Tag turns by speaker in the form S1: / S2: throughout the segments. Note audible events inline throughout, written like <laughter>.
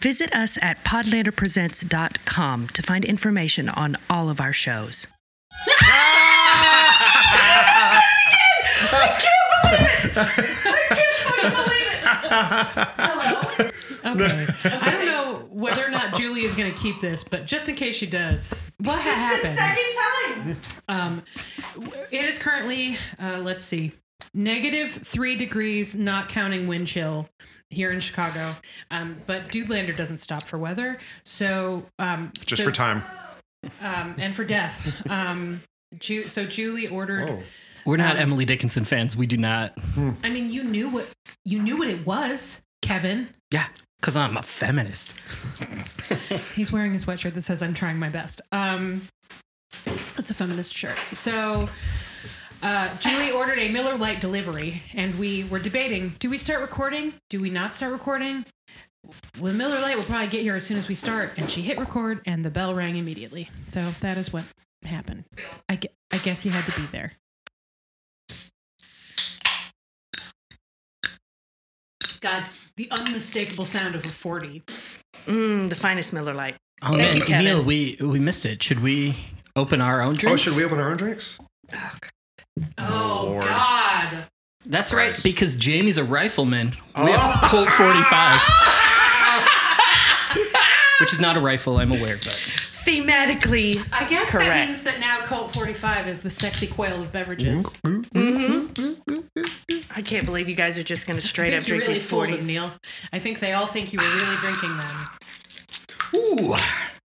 S1: Visit us at podlanderpresents.com to find information on all of our shows.
S2: Okay. <laughs> I don't know whether or not Julie is going to keep this, but just in case she does, what ha- happened?
S3: Second time.
S2: Um, w- it is currently, uh, let's see, negative three degrees, not counting wind chill here in Chicago. Um, but Dudelander doesn't stop for weather, so um,
S4: Just
S2: so-
S4: for time. Oh,
S2: um, and for
S4: <laughs>
S2: death. Um, Ju- so Julie ordered.
S4: Oh.
S5: We're not Emily Dickinson fans. We do not.
S2: I mean, you knew what you knew what it was, Kevin.
S5: Yeah, because I'm a feminist.
S2: He's wearing a sweatshirt that says "I'm trying my best." Um, it's a feminist shirt. So, uh, Julie ordered a Miller Lite delivery, and we were debating: do we start recording? Do we not start recording? Well, the Miller Lite will probably get here as soon as we start. And she hit record, and the bell rang immediately. So that is what happened. I, gue- I guess you had to be there. God, the unmistakable sound of a forty.
S1: Mm, the finest Miller Lite.
S5: Oh
S1: Thank you,
S5: man,
S1: Kevin.
S5: Emil, we we missed it. Should we open our own
S4: Oh,
S5: drinks?
S4: should we open our own drinks?
S2: Oh,
S4: Lord.
S2: God.
S5: That's right,
S4: Christ.
S5: because Jamie's a rifleman. We have
S4: Oh. <laughs>
S5: Colt 45, which is not a rifle, I'm aware, but
S1: Thematically,
S2: I guess that
S1: Correct.
S2: means that now Colt 45 is the sexy quail of beverages.
S1: Mm-hmm. I can't believe you guys are just going to
S2: I
S1: straight
S2: think
S1: up
S2: you
S1: drink
S2: really
S1: these
S2: fooled them,
S1: 40s.
S2: Neil. I think they all think you were really drinking them.
S5: ooh,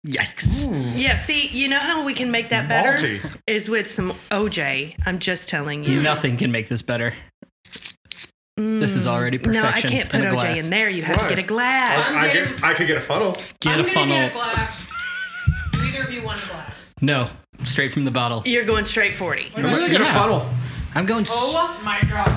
S5: yikes!
S1: Yeah, see, you know how we can make that better?
S4: Malty.
S1: Is with some OJ. I'm just telling you.
S5: Nothing can make this better. This is already perfection.
S1: No, I can't put
S5: in a
S1: OJ
S5: glass.
S1: in there. You have
S4: Why?
S1: to get a glass.
S4: I, could, I could get a funnel.
S5: Get
S2: I'm gonna
S5: a funnel.
S2: Get a glass. Do either of you want a glass?
S5: no, straight from the bottle.
S1: You're going straight 40.
S4: I'm gonna get a
S5: Yeah.
S4: funnel.
S5: I'm going s-
S2: Oh my god.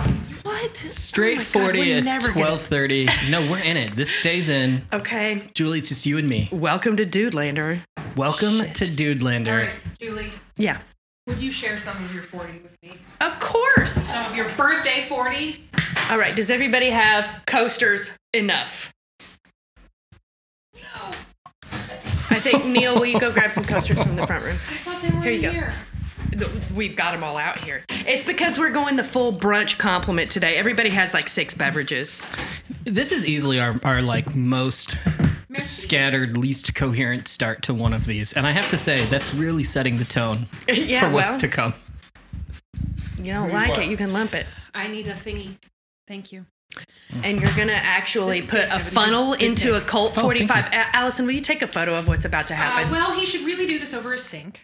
S1: What?
S5: straight 40 at 12:30. No, we're in it. This stays in.
S1: Okay.
S5: Julie, it's just you and me.
S1: Welcome to Dudelander.
S5: Welcome
S1: Shit.
S5: to
S2: All
S5: Dudelander.
S2: right, Julie,
S1: Yeah.
S2: would you share some of your 40 with me?
S1: Of course.
S2: Some of your birthday 40?
S1: All right. Does everybody have coasters enough?
S2: No.
S1: I think, Neil, will you go grab some coasters from the front room?
S2: I thought they were
S1: Here you go.
S2: here.
S1: We've got them all out here. It's because we're going the full brunch compliment today. Everybody has like six beverages.
S5: This is easily our, our like most scattered, least coherent start to one of these, and I have to say that's really setting the tone
S1: Yeah,
S5: for what's
S1: well.
S5: to come.
S1: You don't like it, you can lump it.
S2: I need a thingy. Thank you.
S1: And you're going to actually
S2: This is
S1: put
S2: good,
S1: a
S2: Kevin. Good-
S1: funnel
S2: good
S1: into a
S2: tip.
S1: Colt
S5: Oh, thank
S1: 45. A- Allison, will you take a photo of what's about to
S2: Uh,
S1: happen?
S2: well, he should really do this over a sink.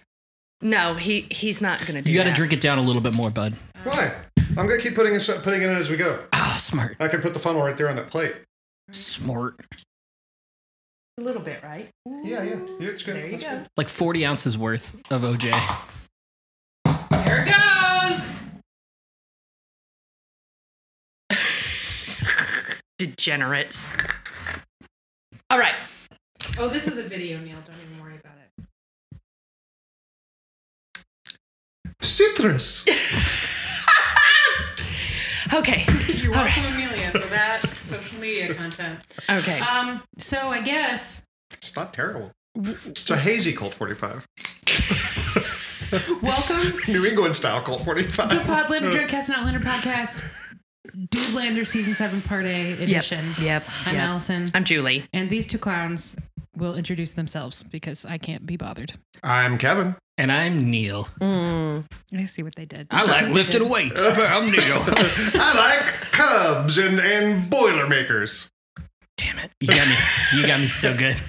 S1: No, he he's not going to do
S5: You got to
S1: that.
S5: drink it down a little bit more, bud.
S4: Why? I'm gonna keep putting it, putting it in as we go.
S5: Ah, smart,
S4: I can put the funnel right there on that plate.
S5: smart.
S1: a little bit, right?
S4: Yeah, yeah. Yeah, It's good.
S1: There you
S4: That's
S1: go.
S4: good.
S5: Like forty ounces worth of OJ.
S2: Here it goes.
S1: Degenerates. All right.
S2: Oh, this is a video, Neil. Don't even worry about it.
S4: Citrus.
S1: Okay.
S2: You're welcome, Amelia, for that social media content.
S1: Okay.
S2: Um, so I guess
S4: It's not terrible. It's a hazy Colt 45.
S2: welcome
S4: <laughs> New England style Colt 45.
S2: to
S1: <laughs>
S2: Podlander Dreadcast and Outlander Podcast, Dudelander Season 7 Part A edition.
S1: Yep. Yep.
S2: I'm
S1: yep.
S2: Allison,
S1: I'm Julie.
S2: and these two clowns will introduce themselves because I can't be bothered.
S4: I'm Kevin.
S5: And I'm Neil.
S2: I see what they did.
S5: I like lifting weights. I'm Neil. <laughs>
S4: I like Cubs and, and Boilermakers.
S5: Damn it, you got me. You got me so good.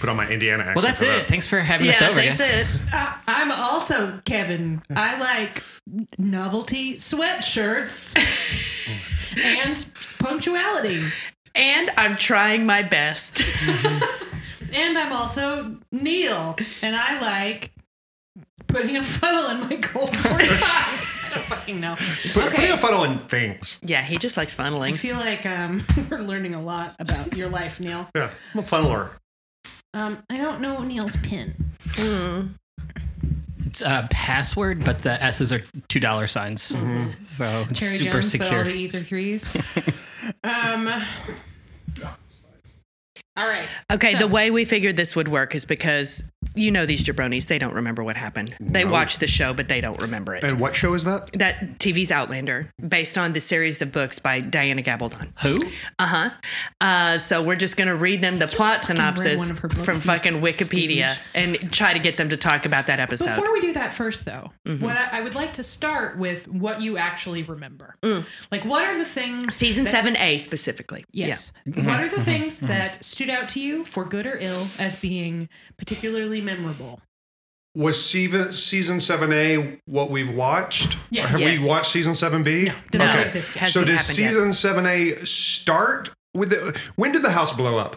S4: Put on my Indiana accent.
S5: Well, that's
S4: for
S5: it. Thanks for having us
S1: yeah,
S5: over,
S1: that's
S5: guys.
S1: it.
S2: Uh, I'm also Kevin. I like novelty sweatshirts and punctuality.
S1: And I'm trying my best. <laughs>
S2: And I'm also Neil, and I like putting a funnel in my cold <laughs> 45. I don't fucking know.
S4: Put, putting
S2: Okay.
S4: a funnel in things.
S1: yeah, he just likes
S2: I
S1: funneling.
S2: feel like um, <laughs> we're learning a lot about your life, Neil.
S4: Yeah, I'm a funneler.
S2: Um, I don't know Neil's pin.
S5: It's a uh, password, but the S's are two dollar
S4: Mm-hmm.
S5: signs, so it's
S2: Cherry
S5: super
S2: Jones, but all
S5: secure.
S2: the E's are threes. um, All right.
S1: Okay,
S2: So-
S1: the way we figured this would work is because you know these jabronis, they don't remember what happened. They watch the show, but they don't remember it.
S4: And what show is that?
S1: that TV's Outlander, based on the series of books by Diana Gabaldon.
S5: Who?
S1: Uh-huh. Uh So we're just going to read them the plot
S2: fucking read one
S1: synopsis
S2: of her books,
S1: from
S2: you
S1: fucking Wikipedia and try to get them to talk about that episode.
S2: Before we do that first, though,
S1: Mm-hmm.
S2: what I, I would like to start with what you actually remember.
S1: Mm.
S2: Like, what are the things?
S1: Season 7A specifically.
S2: Yes.
S1: Mm-hmm.
S2: What are the things that stood out to you, for good or ill, as being particularly memorable?
S4: Was season season seven A what we've watched?
S2: Yes.
S4: Have
S1: Yes.
S4: we watched season seven B?
S2: No, does not exist yet.
S1: Has-
S4: So
S1: Hasn't happened
S4: did
S1: yet.
S4: season seven A start with the? When did the house blow up?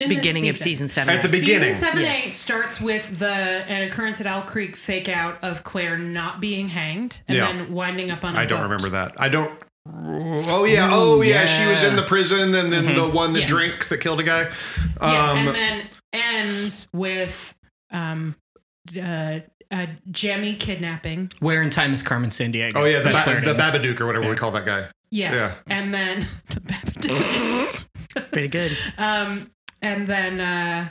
S2: In
S1: Yeah.
S2: this
S1: Beginning of season 7.
S4: At the be- beginning.
S2: Season seven
S1: Yes.
S2: eight starts with the an occurrence at Owl Creek fake out of Claire not being hanged and
S4: Yeah.
S2: then winding up on. I
S4: I don't remember that. I don't. Oh yeah, oh yeah. She was in the prison, and then the one that
S2: Mm-hmm. Yes.
S4: drinks that killed a guy. Um,
S2: Yeah, and then ends with um, uh, uh, Jemmy kidnapping.
S5: Where in time is Carmen San Diego?
S4: oh yeah, the,
S5: That's
S4: ba-
S5: where it
S4: the
S5: is.
S4: Babadook or whatever we call that guy.
S2: Yes, and then <laughs> the Babadook.
S1: Pretty good.
S2: um, and then uh,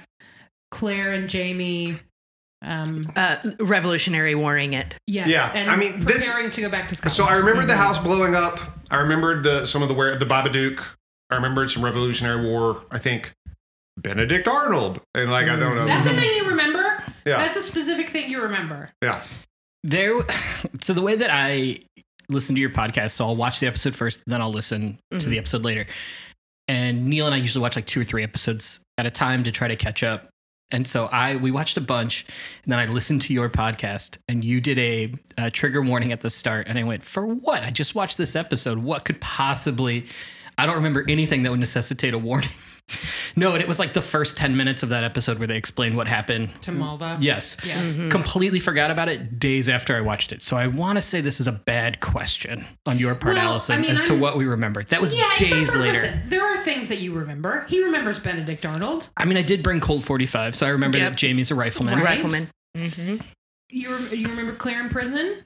S2: Claire and Jamie. Um,
S1: Uh, revolutionary warring it.
S2: yes,
S4: Yeah,
S2: and
S4: I mean, this-
S2: preparing to go back to Scotland.
S4: So I remember the house blowing up. I remembered the some of the where the Babadook. I remembered some Revolutionary War. I think Benedict Arnold and like I don't know.
S2: Mm. That's a thing you remember.
S4: Yeah.
S2: That's a specific thing you remember.
S4: yeah,
S5: There. <sighs> So the way that I listen to your podcast, so I'll watch the episode first, then I'll listen to the episode later. And Neil and I usually watch like two or three episodes at a time to try to catch up. And so I we watched a bunch, and then I listened to your podcast, and you did a, uh trigger warning at the start, and I went for what? I just watched this episode. What could possibly? I don't remember anything that would necessitate a warning. <laughs> no, and it was like the first ten minutes of that episode where they explained what happened
S2: To Malva.
S5: Yes.
S2: Yeah.
S5: Completely forgot about it days after I watched it. So I want to say this is a bad question on your part,
S2: Well,
S5: Allison,
S2: I mean,
S5: as to
S2: I'm-
S5: what we remember. That was
S2: Yeah, except
S5: days
S2: for-
S5: later.
S2: Listen, there are things that you remember. He remembers Benedict Arnold.
S5: I mean, I did bring Cold 45, so I remember
S1: Yep.
S5: that Jamie's a rifleman.
S2: Right. Mm-hmm.
S1: Rifleman.
S2: You rem- you remember Claire in prison.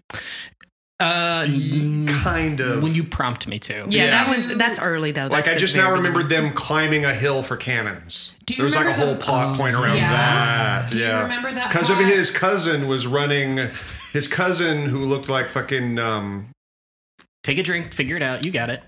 S5: Uh, n-
S4: kind of.
S5: when you prompt me to.
S1: Yeah,
S4: Yeah.
S1: that one's that's early though.
S4: like
S1: That's
S4: I
S1: at
S4: just
S1: the
S4: now
S1: very
S4: remembered them climbing a hill for cannons.
S2: Do you
S4: There was like a
S2: remember
S4: whole
S2: the-
S4: plot point around
S2: Yeah.
S4: that.
S2: Do you
S4: yeah,
S2: remember that
S4: Because of
S2: plot?
S4: his cousin was running. His cousin who looked like fucking um,
S5: Take a drink, figure it out. You got it.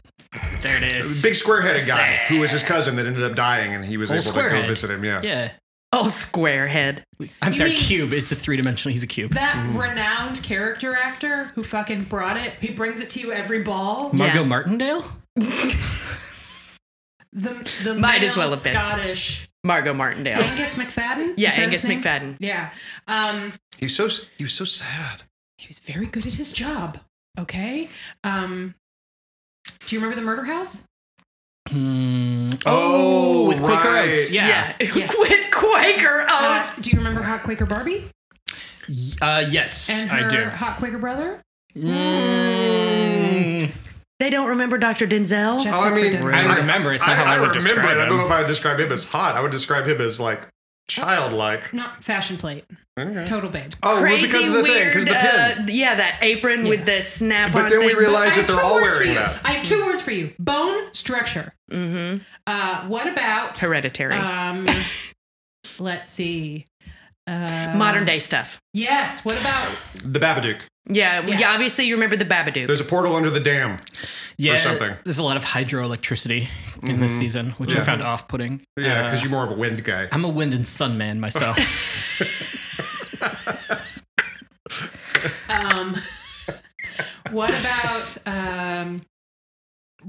S5: There it is. <laughs>
S4: big square-headed guy who was his cousin that ended up dying, and he was
S5: Old
S4: able to go
S5: squarehead.
S4: visit him. Yeah.
S5: Yeah.
S1: Oh, squarehead.
S5: I'm
S2: You
S5: sorry,
S2: mean-
S5: cube. It's a three dimensional. He's a cube.
S2: That
S4: Mm.
S2: renowned character actor who fucking brought it. He brings it to you every ball.
S5: Margot
S1: Yeah.
S5: Martindale?
S2: The, the
S1: Might as
S2: male
S1: well have been.
S2: Scottish
S1: Margot
S2: <laughs>
S1: Martindale.
S2: Angus McFadden.
S1: Yeah,
S2: Is that
S1: Angus
S2: his name?
S1: McFadden.
S2: Yeah. Um,
S4: He was so he was so sad.
S2: he was very good at his job. Okay. Um, do you remember the murder house?
S5: Hmm.
S4: Oh,
S5: with Quaker
S4: right.
S5: Oats. Yeah.
S1: Yeah. <laughs>
S2: Yes.
S1: With Quaker
S2: Uh,
S1: Oats.
S2: do you remember Hot Quaker Barbie
S5: Uh, yes,
S2: and her Hmm.
S5: I do.
S2: Hot Quaker brother?
S5: Mm.
S1: they don't remember Dr. Denzel.
S2: Jeff-
S4: Oh, I
S2: That's
S4: mean,
S2: ridiculous.
S5: I remember. It's not how I would
S4: remember it.
S5: describe
S4: I
S5: him.
S4: don't know if I would describe him as hot. I would describe him as like childlike.
S2: Not fashion plate. Total babe.
S4: Oh, well,
S1: Crazy
S4: because of the thing,
S1: weird.
S4: because the pin.
S1: uh, yeah, that apron with the snap.
S4: But then we
S2: I
S4: realized- Guys,
S2: have
S4: if they're
S2: two
S4: all
S2: words
S4: wearing
S2: for you.
S4: that.
S2: I have two words for you: bone structure.
S1: hmm
S2: Uh, what about
S1: hereditary, <laughs>
S2: Um, let's see. Uh,
S1: modern day stuff.
S2: Yes. What about?
S4: The Babadook.
S1: Yeah,
S2: yeah.
S1: yeah. obviously you remember the Babadook.
S4: There's a portal under the dam.
S5: yeah,
S4: something.
S5: There's a lot of hydroelectricity in this season, which I
S4: Yeah.
S5: found off-putting.
S4: Yeah, because
S5: Uh,
S4: you're more of a wind guy.
S5: I'm a wind and sun man myself.
S2: Um, <laughs> what about um,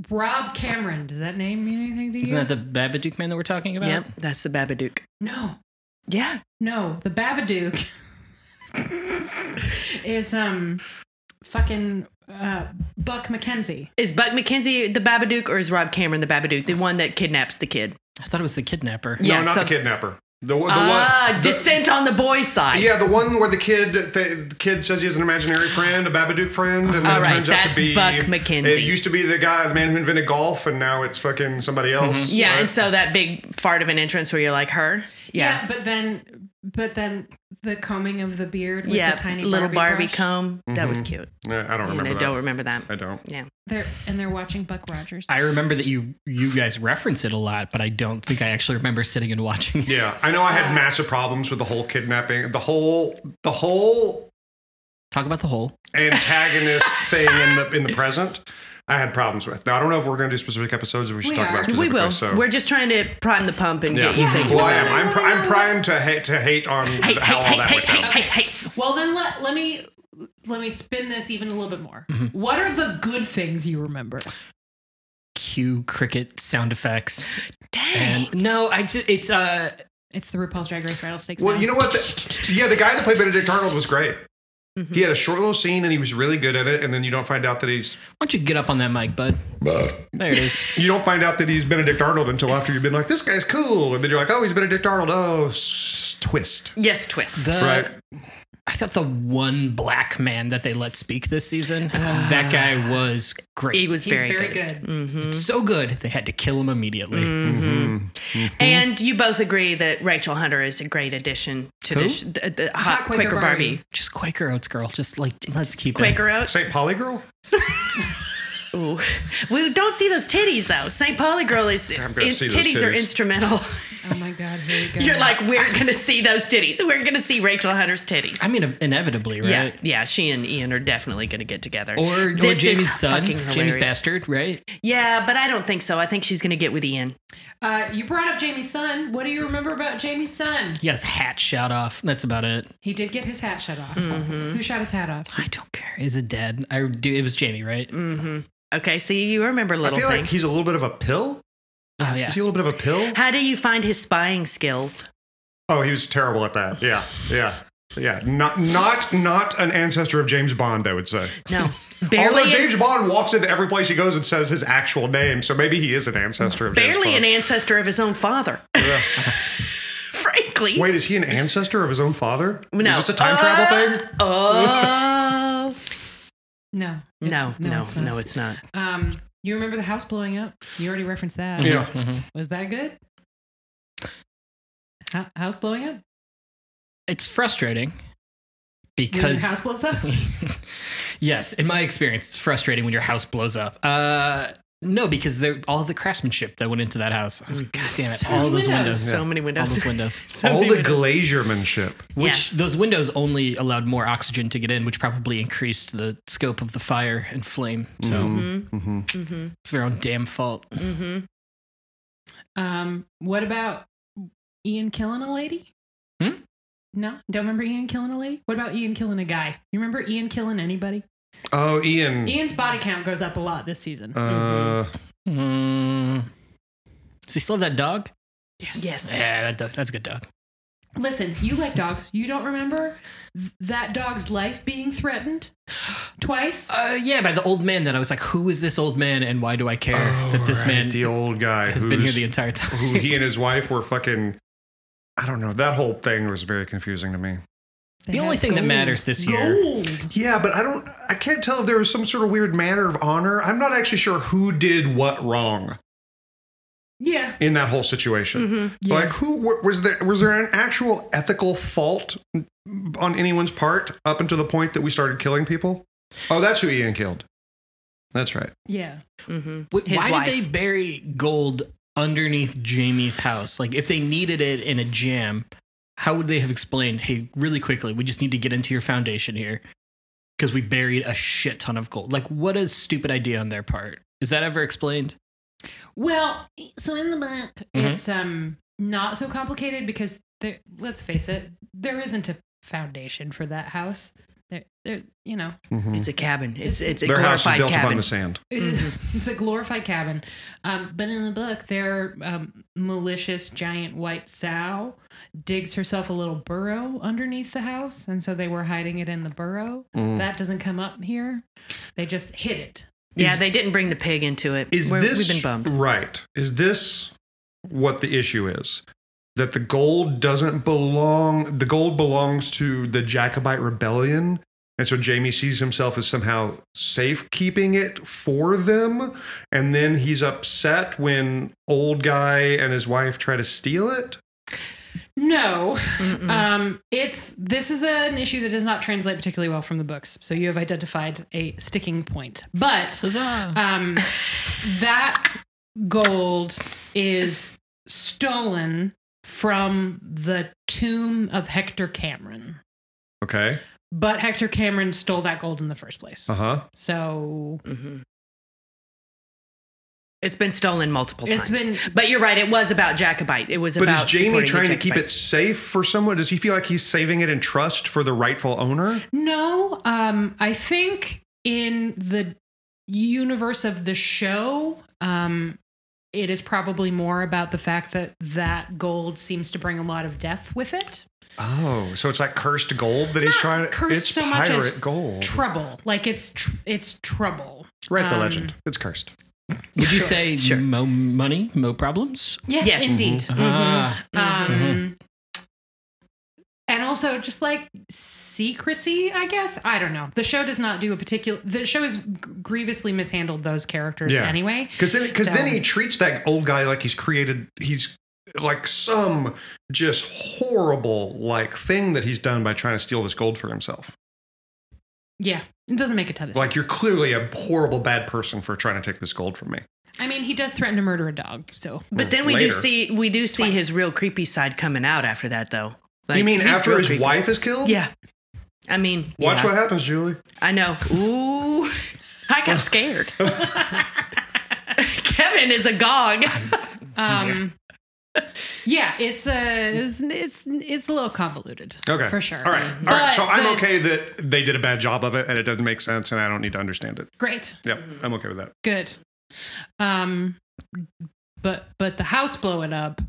S2: Rob Cameron? Does that name mean anything to you?
S5: Isn't that the Babadook man that we're talking about?
S1: yep, that's the Babadook.
S2: no,
S1: Yeah,
S2: no.
S1: <laughs>
S2: The Babadook is um, fucking uh, Buck McKenzie.
S1: is Buck McKenzie the Babadook or is Rob Cameron the Babadook, the one that kidnaps the kid?
S5: I thought it was the kidnapper.
S1: Yeah,
S4: no, not
S1: so-
S4: the kidnapper. The, one- the
S1: Ah,
S4: one. the-
S1: descent on the boy's side.
S4: yeah, the one where the kid the, the kid says he has an imaginary friend, a Babadook friend, and then
S1: All
S4: it
S1: right,
S4: turns out
S1: that's
S4: to be
S1: Buck McKenzie.
S4: It used to be the guy, the man who invented golf, and now it's fucking somebody else.
S1: Mm-hmm. Yeah,
S4: right?
S1: and so that big fart of an entrance where you're like her. Yeah.
S2: but then, but then the combing of the beard with
S1: yeah,
S2: the tiny
S1: little Barbie,
S2: brush.
S1: comb. That was
S4: Mhm.
S1: cute.
S4: No, I don't
S1: I
S4: remember that.
S1: don't remember that.
S4: I don't.
S2: They're, and they're watching Buck Rogers.
S5: I remember that you you guys reference it a lot, but I don't think I actually remember sitting and watching. it.
S4: Yeah, I know I had massive problems with the whole kidnapping, the whole, the whole
S5: Talk about the whole.
S4: antagonist
S1: <laughs>
S4: thing in the in the present. I had problems with. Now I don't know if we're going to do specific episodes. If we should
S2: We
S4: talk
S2: are.
S4: about
S1: We
S4: specific
S1: will.
S4: episodes.
S1: We're just trying to prime the pump and
S4: yeah.
S1: get you thinking.
S4: well, I
S1: about
S4: am. I'm, pri- I'm primed to hate to hate on
S1: Hey,
S4: how all
S1: hey,
S4: that
S1: hey,
S4: went
S1: hey,
S4: down.
S1: hey, hey, hey.
S2: Well, then let, let me let me spin this even a little bit more.
S1: Mm-hmm.
S2: What are the good things you remember?
S5: Cue cricket sound effects.
S1: Dang. <gasps>
S5: And no, I just it's uh
S2: It's the RuPaul's Drag Race rattlesnakes.
S4: Well,
S2: now.
S4: you know what? The, yeah, the guy that played Benedict Arnold was great.
S1: Mm-hmm.
S4: He had a short little scene and he was really good at it. And then you don't find out that he's
S5: why don't you get up on that mic, bud? There
S4: <laughs>
S5: it is.
S4: you don't find out that he's Benedict Arnold until after you've been like, this guy's cool, and then you're like, oh, he's Benedict Arnold. Oh, s- twist.
S1: Yes, twist.
S5: The-
S4: Right.
S5: I thought the one black man that they let speak this season, that guy was great.
S1: he was
S2: He's
S1: very,
S2: very
S1: good.
S2: good.
S1: Mm-hmm.
S5: so good they had to kill him immediately.
S1: And you both agree that Rachel Hunter is a great addition to
S5: Who?
S1: this the, the hot, Quaker, Barbie.
S5: Just Quaker Oats girl. Just like let's keep
S1: Quaker Oats.
S4: St. Pauli girl?
S1: Ooh. We don't see those titties though. St. Pauli girl is,
S4: I'm gonna
S1: is-
S4: see those
S1: titties, are
S4: titties.
S1: instrumental. <laughs>
S2: Oh my God, here we go.
S1: You're like we're gonna see those titties. We're gonna see Rachel Hunter's titties.
S5: I mean, inevitably, right?
S1: yeah, yeah. She and Ian are definitely gonna get together.
S5: Or, or
S1: This is
S5: Jamie's son,
S1: fucking
S5: Jamie's
S1: hilarious.
S5: bastard, right?
S1: Yeah, but I don't think so. I think she's gonna get with Ian.
S2: Uh, you brought up Jamie's son. What do you remember about Jamie's son?
S5: He got his hat shot off. That's about it.
S2: He did get his hat shut off. Who shot his hat off?
S5: I don't care. Is it dead? I do. It was Jamie, right?
S1: Mm. Okay, see, you remember
S4: I
S1: little
S4: feel like
S1: things.
S4: he's a little bit of a pill.
S5: Oh yeah.
S4: Is he a little bit of a pill?
S1: How do you find his spying skills?
S4: Oh, he was terrible at that. Yeah, yeah, yeah. Not, not, not an ancestor of James Bond, I would say.
S1: No, barely.
S4: <laughs> Although
S1: an-
S4: James Bond walks into every place he goes and says his actual name, so maybe he is an ancestor of James
S1: barely
S4: Bond.
S1: an ancestor of his own father. <laughs> Frankly.
S4: Wait, is he an ancestor of his own father?
S1: No.
S4: Is this a time travel
S1: Uh,
S4: thing? <laughs>
S1: Oh.
S2: No. It's-
S1: no, no,
S2: it's not.
S1: no, it's not.
S2: Um, you remember the house blowing up? You already referenced that.
S4: Yeah.
S1: <laughs>
S5: Mhm.
S2: Was that good? Ho- house blowing up?
S5: It's frustrating
S2: You mean
S5: because
S2: your house blows up?
S5: <laughs> yes, in my experience, it's frustrating when your house blows up. Uh, no, because they're, all of the craftsmanship that went into that house. I was
S1: Mm.
S5: like, God damn it!
S2: So
S5: all
S2: many
S5: those
S2: windows.
S5: windows.
S1: So many windows.
S5: All those windows.
S1: <laughs> So
S4: All
S1: many
S4: the
S1: windows.
S4: glaziermanship.
S5: Which those windows only allowed more oxygen to get in, which probably increased the scope of the fire and flame. So
S4: Mm-hmm.
S5: it's their own damn fault.
S1: mm-hmm.
S2: Um, what about Ian killing a lady?
S5: Hmm?
S2: No, don't remember Ian killing a lady. What about Ian killing a guy? You remember Ian killing anybody?
S4: Oh, Ian.
S2: Ian's body count goes up a lot this season.
S4: Uh,
S5: Mm-hmm. Mm. Does he still have that dog?
S1: Yes.
S5: Yeah, that dog, that's a good dog.
S2: Listen, you like dogs. You don't remember th- that dog's life being threatened twice?
S5: Uh, yeah, by the old man that I was like, who is this old man and why do I care that this
S4: oh, right,
S5: man
S4: the old guy,
S5: has been here
S4: who's-
S5: the entire time?
S4: who he
S5: <laughs>
S4: and his wife were fucking. I don't know. That whole thing was very confusing to me.
S5: The only
S2: have
S5: thing that matters this year-
S2: Gold.
S4: Yeah, but I don't. I can't tell if there was some sort of weird manner of honor. I'm not actually sure who did what wrong
S2: Yeah.
S4: in that whole situation.
S1: Mm-hmm.
S2: Yeah.
S4: Like, who wa- was there? Was there an actual ethical fault on anyone's part up until the point that we started killing people? Oh, that's who Ian killed. That's right.
S2: yeah.
S5: Wait,
S1: His
S5: why
S1: wife.
S5: did they bury gold underneath Jamie's house? Like, if they needed it in a jam, how would they have explained, hey, really quickly, we just need to get into your foundation here because we buried a shit ton of gold? Like, what a stupid idea on their part. Is that ever explained?
S2: Well, E, so in the book,
S5: Mhm.
S2: it's um not so complicated because there. Let's face it, there isn't a foundation for that house. There, there, you know,
S1: It's a cabin. It's it's a
S4: Their house is
S1: glorified
S4: built upon
S1: cabin.
S4: the sand.
S2: it is- <laughs> it's a glorified cabin. Um, but in the book, their um, malicious giant white sow digs herself a little burrow underneath the house, and so they were hiding it in the burrow. That doesn't come up here. They just hid it.
S1: yeah, they didn't bring the pig into it.
S4: Is
S1: We're-
S4: this
S1: we've been bummed.
S4: right? Is this what the issue is? That the gold doesn't belong. The gold belongs to the Jacobite rebellion, and so Jamie sees himself as somehow safekeeping it for them, and then he's upset when old guy and his wife try to steal it.
S2: No. Um, it's this is an issue that does not translate particularly well from the books. So you have identified a sticking point. But
S5: Huzzah.
S1: <laughs>
S2: um, that gold is stolen from the tomb of Hector Cameron.
S4: Okay.
S2: But Hector Cameron stole that gold in the first place.
S1: Oh.
S4: Uh huh.
S2: So
S1: Mm-hmm. It's been stolen multiple
S2: It's
S1: times.
S2: been-
S1: but you're right. It was about Jacobite. It was
S4: But is
S1: about.
S4: Jamie
S1: supporting the
S4: trying to keep
S1: Jacobite.
S4: it safe for someone? Does he feel like he's saving it in trust for the rightful owner?
S2: No, um, I think in the universe of the show, um, it is probably more about the fact that that gold seems to bring a lot of death with it.
S4: Oh, so it's like cursed gold that he's
S2: Not
S4: trying to.
S2: cursed
S4: it's
S2: so much
S4: pirate
S2: as
S4: gold.
S2: Trouble, like it's tr- it's trouble.
S4: Write the
S2: um,
S4: legend. It's cursed.
S5: Would you say
S1: sure. Mm-hmm.
S5: mo money, mo problems?
S2: Yes,
S1: Yes.
S2: indeed.
S5: Ah,
S2: Um, and also just like secrecy, I guess. I don't know. The show does not do a particular. The show has gr- grievously mishandled those characters
S4: Yeah.
S2: anyway.
S4: Because then, because
S2: So-
S4: then he treats that old guy like he's created. He's like some just horrible like thing that he's done by trying to steal this gold for himself.
S2: Yeah, it doesn't make a ton of
S4: Like
S2: sense.
S4: you're clearly a horrible bad person for trying to take this gold from me.
S2: I mean, he does threaten to murder a dog,
S4: <laughs>
S2: so
S1: But then we do
S4: Later.
S1: see we do see his real creepy side coming out after that, though. Like,
S4: you mean
S1: he's
S4: after
S1: real
S4: his
S1: creepy.
S4: wife is killed?
S1: Yeah. I mean,
S4: Watch
S1: yeah.
S4: what happens, Julie.
S1: I know. Ooh, <laughs> I got scared. <laughs> Kevin is agog.
S2: um, yeah, it's a it's, it's it's a little convoluted.
S4: Okay.
S2: for sure.
S4: All right. All right.
S2: But
S4: So I'm
S2: the-
S4: okay that they did a bad job of it and it doesn't make sense and I don't need to understand it.
S2: Great,
S4: Yep. I'm okay with that.
S2: good. Um, but but the house blowing up.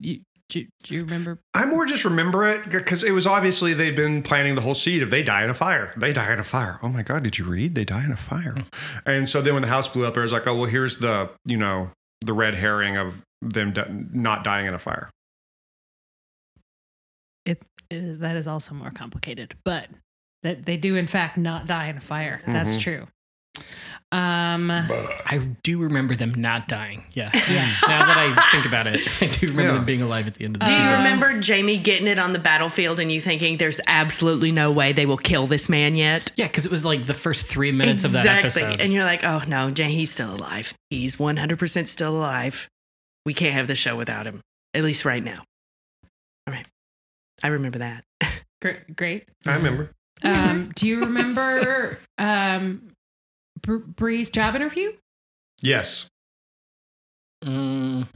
S2: You do, do you remember?
S4: I more just remember it because it was obviously they'd been planning the whole seed of they die in a fire. They die in a fire. Oh my God. Did you read? They die in a fire.
S5: Hmm.
S4: And so then when the house blew up, it was like, oh, well, here's the, you know, the red herring of them di- not dying in a fire.
S2: It is- Uh, that is also more complicated, but that they do in fact not die in a fire. That's
S4: Mhm.
S2: true. Um.
S5: I do remember them not dying. Yeah.
S2: Yeah.
S5: <laughs> now that I think about it, <laughs> I do remember
S4: Yeah.
S5: them being alive at the end of the
S1: Do you
S5: season.
S1: remember Jamie getting it on the battlefield and you thinking there's absolutely no way they will kill this man yet?
S5: Yeah, because it was like the first three minutes
S1: exactly.
S5: of that
S1: And
S5: episode.
S1: you're like, oh no, Jay, he's still alive. He's 100% still alive. We can't have the show without him, at least right now. All right. I remember that.
S2: Great. Great.
S4: I remember.
S2: Um, do you remember um, Br- Bree's job interview?
S4: Yes.
S5: Mm,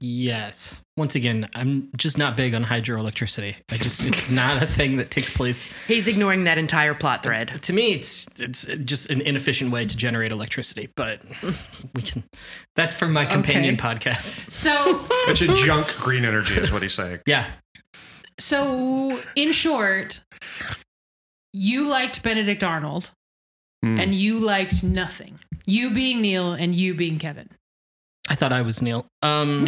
S5: yes. Once again, I'm just not big on hydroelectricity. I just it's <laughs> not a thing that takes place.
S1: He's ignoring that entire plot thread.
S5: To me, it's it's just an inefficient way to generate electricity. But we can. That's from my companion
S2: Okay.
S5: podcast.
S2: So,
S4: It's a junk green energy, is what he's
S5: <laughs>
S4: saying.
S5: Yeah.
S2: so in short, you liked Benedict Arnold,
S4: Hmm.
S2: and you liked nothing. You being Neil, and you being Kevin.
S5: I thought I was Neil. Um,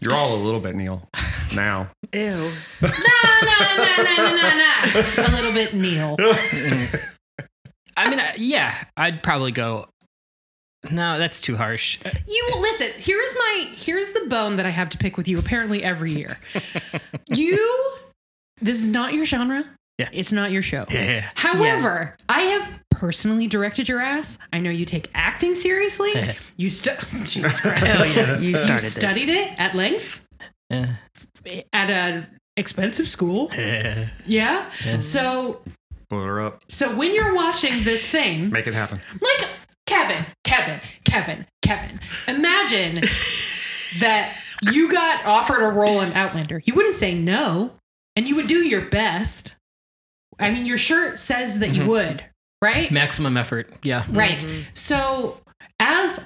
S4: You're all a little bit Neil now.
S1: Ew.
S2: No, no, no, no, no, no, no. A little bit Neil.
S5: I mean, I, yeah, I'd probably go. No, that's too harsh.
S2: You listen. Here's my here's the bone that I have to pick with you. Apparently every year, you. This is not your genre.
S5: Yeah.
S2: it's not your show.
S5: Yeah.
S2: However, I have personally directed your ass. I know you take acting seriously. you stu- <laughs>
S1: <laughs>
S2: Jesus Christ.
S1: Hell yeah. You
S2: you
S1: started this.
S2: studied it at length
S5: Yeah.
S2: at a expensive school.
S5: Yeah.
S2: Yeah.
S5: Yeah.
S2: So
S4: Blow her up.
S2: so when you're watching this thing,
S4: Make it happen.
S2: like Kevin, Kevin, Kevin, Kevin, imagine that you got offered a role in Outlander. You wouldn't say no, and you would do your best. I mean, your shirt says that you would, right?
S5: Maximum effort. Yeah.
S2: Right.
S1: Mm-hmm.
S2: So, as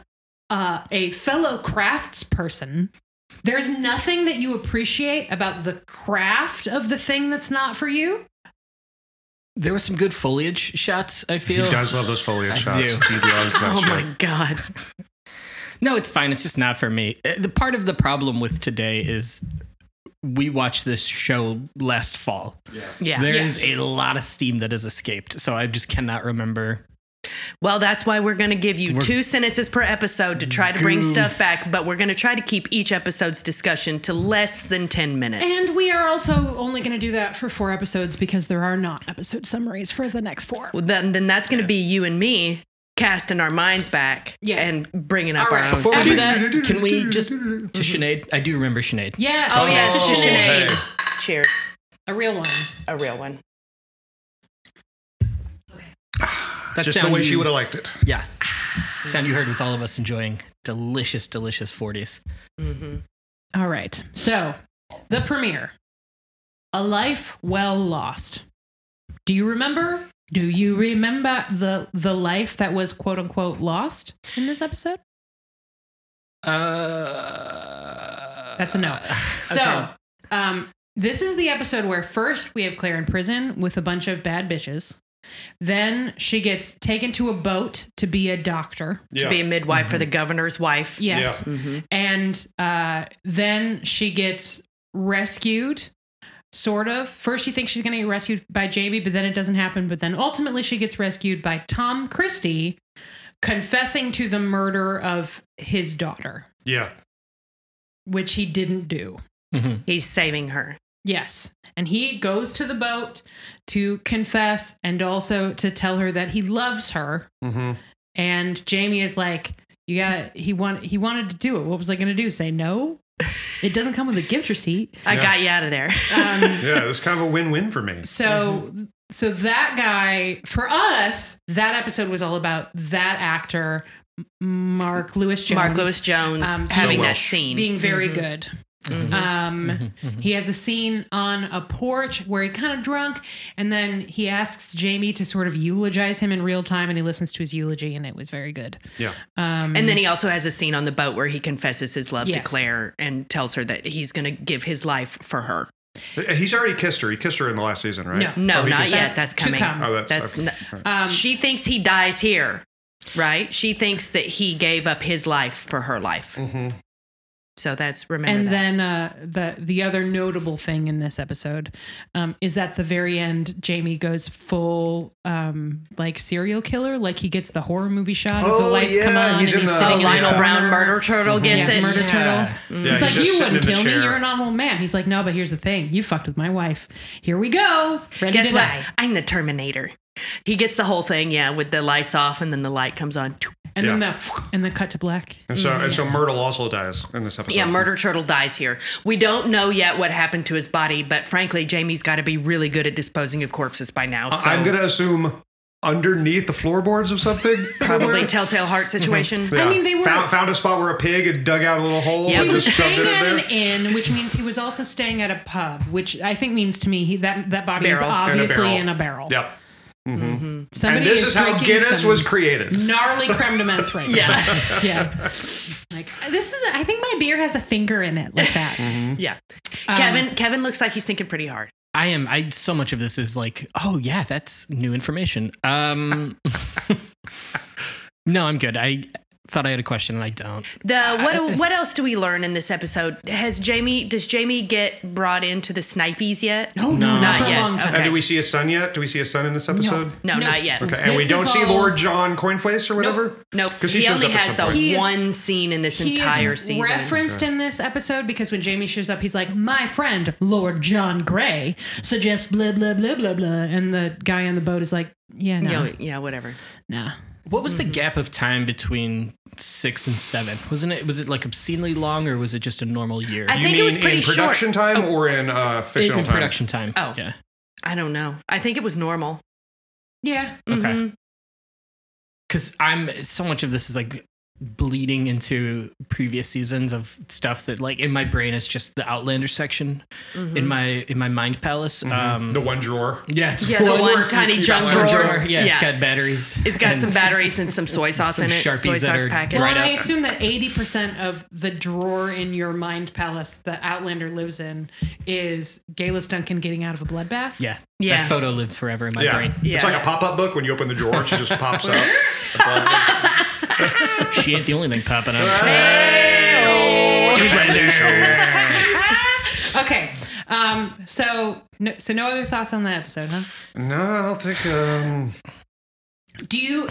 S2: uh, a fellow crafts person, there's nothing that you appreciate about the craft of the thing that's not for you.
S5: There were some good foliage shots. I
S4: He
S5: feel.
S4: does love those foliage
S5: I
S4: shots.
S5: do.
S4: He loves that
S1: Oh
S4: shit.
S1: my God.
S5: No, it's fine. It's just not for me. Uh, The part of the problem with today is we watched this show last fall.
S1: Yeah.
S5: There
S2: Yeah.
S5: is a lot of steam that has escaped, so I just cannot remember
S1: Well, that's why we're going to give you
S5: We're-
S1: two sentences per episode to try to bring
S4: Goo.
S1: stuff back, but we're going to try to keep each episode's discussion to less than 10 minutes.
S2: And we are also only going to do that for four episodes because there are not episode summaries for the next four.
S1: Well, then, then that's going to be you and me casting our minds back
S2: Yeah.
S1: and bringing up
S2: All
S1: our
S2: right.
S1: own
S5: Before we
S1: stuff.
S5: do that,
S4: <laughs>
S5: can we just to Sinead? I do remember Sinead.
S2: Yes.
S1: Oh, yes,
S4: Oh,
S1: Sinead.
S4: hey.
S1: Cheers.
S2: A real one.
S1: A real one.
S5: That's
S4: Just the way she would have liked it.
S5: Yeah. Sound you heard was all of us enjoying delicious, delicious 40s.
S4: Mm-hmm.
S1: hmm
S2: All right. So, the premiere A Life Well Lost. Do you remember? Do you remember the the life that was quote unquote lost in this episode?
S5: Uh,
S2: That's a no. So,
S1: Okay.
S2: um, this is the episode where first we have Claire in prison with a bunch of bad bitches. Then she gets taken to a boat to be a doctor.
S1: To be a midwife for the
S4: Mm-hmm.
S1: governor's wife.
S2: Yes.
S1: hmm
S2: And uh, then she gets rescued, sort of. First, she thinks she's going to get rescued by Jamie, but then it doesn't happen. But then ultimately, she gets rescued by Tom Christie confessing to the murder of his daughter,
S4: Yeah.
S2: which he didn't do.
S5: Mhm.
S1: He's saving her.
S2: Yes. And he goes to the boat to confess and also to tell her that he loves her.
S4: hmm
S2: And Jamie is like, you gotta he want he wanted to do it. What was I gonna do? Say no? It doesn't come with a gift receipt.
S1: I
S4: Yeah.
S1: got you out of there.
S2: Um
S4: Yeah. It's kind of a win-win for me.
S2: so so that guy for us, that episode was all about that actor, M- Mark Lewis Jones.
S1: Mark Lewis Jones
S2: Um,
S1: having
S4: So
S1: that
S4: Welsh. Mm-hmm.
S1: scene.
S2: being very
S1: Mhm.
S2: good.
S1: Mhm.
S2: Um
S5: Mhm. Mhm.
S2: He has a scene on a porch where he kind of drunk, and then he asks Jamie to sort of eulogize him in real time, and he listens to his eulogy, and it was very good.
S4: Yeah.
S2: Um,
S1: And then he also has a scene on the boat where he confesses his love to
S2: Yes.
S1: Claire and tells her that he's going to give his life for her.
S4: He's already kissed her. He kissed her in the last season, right?
S2: No.
S1: No,
S4: Oh, he
S1: not
S4: just-
S1: yet. That's
S2: to
S1: coming.
S2: come.
S4: Oh, that's,
S1: That's
S4: okay.
S1: n-
S2: um,
S1: she thinks he dies here, right? She thinks that he gave up his life for her life.
S4: Mhm.
S1: So that's remember
S2: and
S1: that.
S2: then uh, the the other notable thing in this episode um, is at the very end, Jamie goes full um, like serial killer, like he gets the horror movie shot. of the
S4: Oh,
S2: lights come
S4: yeah,
S2: on,
S4: he's
S2: and
S4: in
S2: he's
S4: the-
S1: so
S2: sitting in
S1: Lionel
S2: corner.
S1: Brown murder turtle gets
S2: Mm-hmm. Yeah,
S1: it.
S2: murder
S5: Yeah.
S2: turtle.
S4: Yeah,
S2: He's like,
S4: just
S2: you
S4: sitting
S2: wouldn't
S4: in the
S2: kill me.
S4: chair.
S2: You're an honorable man. He's like, no, but here's the thing. You fucked with my wife. Here we go. Ready
S1: Guess
S2: to
S1: what?
S2: die.
S1: I'm the Terminator. He gets the whole thing, yeah, with the lights off and then the light comes on.
S2: And then the <laughs> and the cut to black.
S4: And so, and so Myrtle also dies in this episode.
S1: Mm-hmm. Yeah, Murder Turtle dies here. We don't know yet what happened to his body, but frankly, Jamie's got to be really good at disposing of corpses by now. So
S4: I'm gonna assume underneath the floorboards of something.
S1: probably
S4: somewhere.
S1: telltale heart
S4: <laughs>
S1: situation.
S4: Yeah.
S2: mean, they were-
S4: found, found a spot where a pig had dug out a little hole
S1: Yeah,
S4: and
S2: He was
S4: just shoved
S2: staying
S4: it in there.
S2: at an inn, which means he was also staying at a pub, which I think means to me he, that that body is
S1: Barrel. And a
S2: obviously
S4: barrel.
S2: in a barrel.
S4: Yep.
S2: Somebody
S4: and this is, how
S2: drinking
S4: Guinness
S2: some
S4: was created.
S2: gnarly creme de menthe right now.
S1: Yeah,
S4: <laughs>
S1: <laughs>
S2: yeah. <laughs> Like this is I think my beer has a finger in it like
S4: <laughs>
S2: that.
S4: Mm-hmm.
S1: yeah. Kevin, Kevin looks like he's thinking pretty hard.
S5: I am. I so much of this is like, oh yeah, that's new information. Um, <laughs> no, I'm good. I thought I had a question and I don't.
S1: The what? what else do we learn in this episode? Has Jamie? Does Jamie get brought into the snipies yet? No,
S5: no,
S1: not
S2: for a
S1: yet.
S2: long time.
S1: Okay.
S4: And do we see a son yet? Do we see a son in this episode?
S1: no,
S2: No.
S1: not yet.
S4: Okay. And we
S2: This
S4: don't
S2: is
S4: see
S2: all-
S4: Lord John Coinface or whatever.
S1: Nope.
S4: 'Cause he
S1: he
S4: shows
S1: only
S4: up at
S1: has
S4: some
S1: the
S4: point.
S2: He is-
S1: one scene in this
S2: He is
S1: entire season.
S2: referenced in this episode because when Jamie shows up, he's like, "My friend Lord John Gray suggests blah blah blah blah blah," and the guy on the boat is like, "Yeah, no,
S1: Yeah, yeah, whatever.
S2: nah."
S5: What was the gap of time between six and seven? Wasn't it? Was it like obscenely long, or was it just a normal year?
S1: I
S4: You
S1: think it
S4: mean
S1: was pretty
S4: in
S1: short.
S4: production time or in uh,
S5: In-
S4: fictional
S5: in
S4: time?
S5: production time.
S1: Oh.
S5: yeah.
S1: I don't know. I think it was normal.
S2: Yeah,
S5: Okay.
S1: Mhm.
S5: because I'm so much of this is like bleeding into previous seasons of stuff that like in my brain is just the Outlander section in my in my mind palace. Um,
S4: the one drawer.
S5: yeah, it's <laughs>
S1: Yeah, the one tiny junk
S5: drawer.
S1: drawer.
S5: Yeah, it's got batteries.
S1: It's got
S5: and-
S1: some batteries and some soy sauce
S5: some
S1: in it.
S5: Sharpies
S1: soy
S5: that
S1: sauce
S5: are
S1: packets.
S2: well,
S5: dried
S2: and I
S5: up.
S2: assume that eighty percent of the drawer in your mind palace that Outlander lives in is Galus Duncan getting out of a bloodbath.
S5: Yeah,
S1: Yeah.
S5: that photo lives forever in my
S4: Yeah.
S5: brain.
S1: Yeah.
S4: It's like a pop up book. When you open the drawer,
S2: <laughs>
S4: she just pops up. Above
S5: <laughs> She ain't the only thing popping up.
S2: Okay. Um. So, no, so no other thoughts on that episode, huh?
S4: it. no, I don't think. Um,
S2: Do you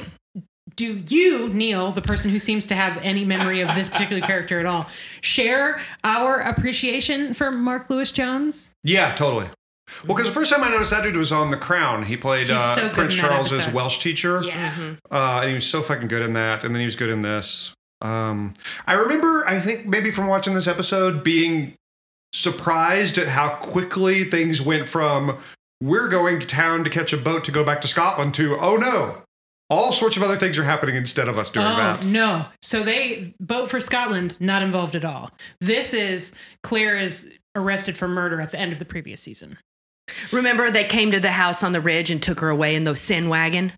S2: do you, Neil, the person who seems to have any memory of this particular character at all, share our appreciation for Mark Lewis Jones?
S4: Yeah, totally. Well, because the first time I noticed that dude was on The Crown. He played
S2: He's so
S4: uh,
S2: good
S4: Prince
S2: in that
S4: Charles's
S2: episode.
S4: Welsh teacher.
S2: Yeah.
S4: Uh, and he was so fucking good in that. And then he was good in this. Um, I remember, I think maybe from watching this episode, being surprised at how quickly things went from we're going to town to catch a boat to go back to Scotland to oh no, all sorts of other things are happening instead of us doing
S2: Oh,
S4: that.
S2: no. So they vote for Scotland, not involved at all. This is Claire is arrested for murder at the end of the previous season.
S1: Remember, they came to the house on the ridge and took her away in the sin wagon.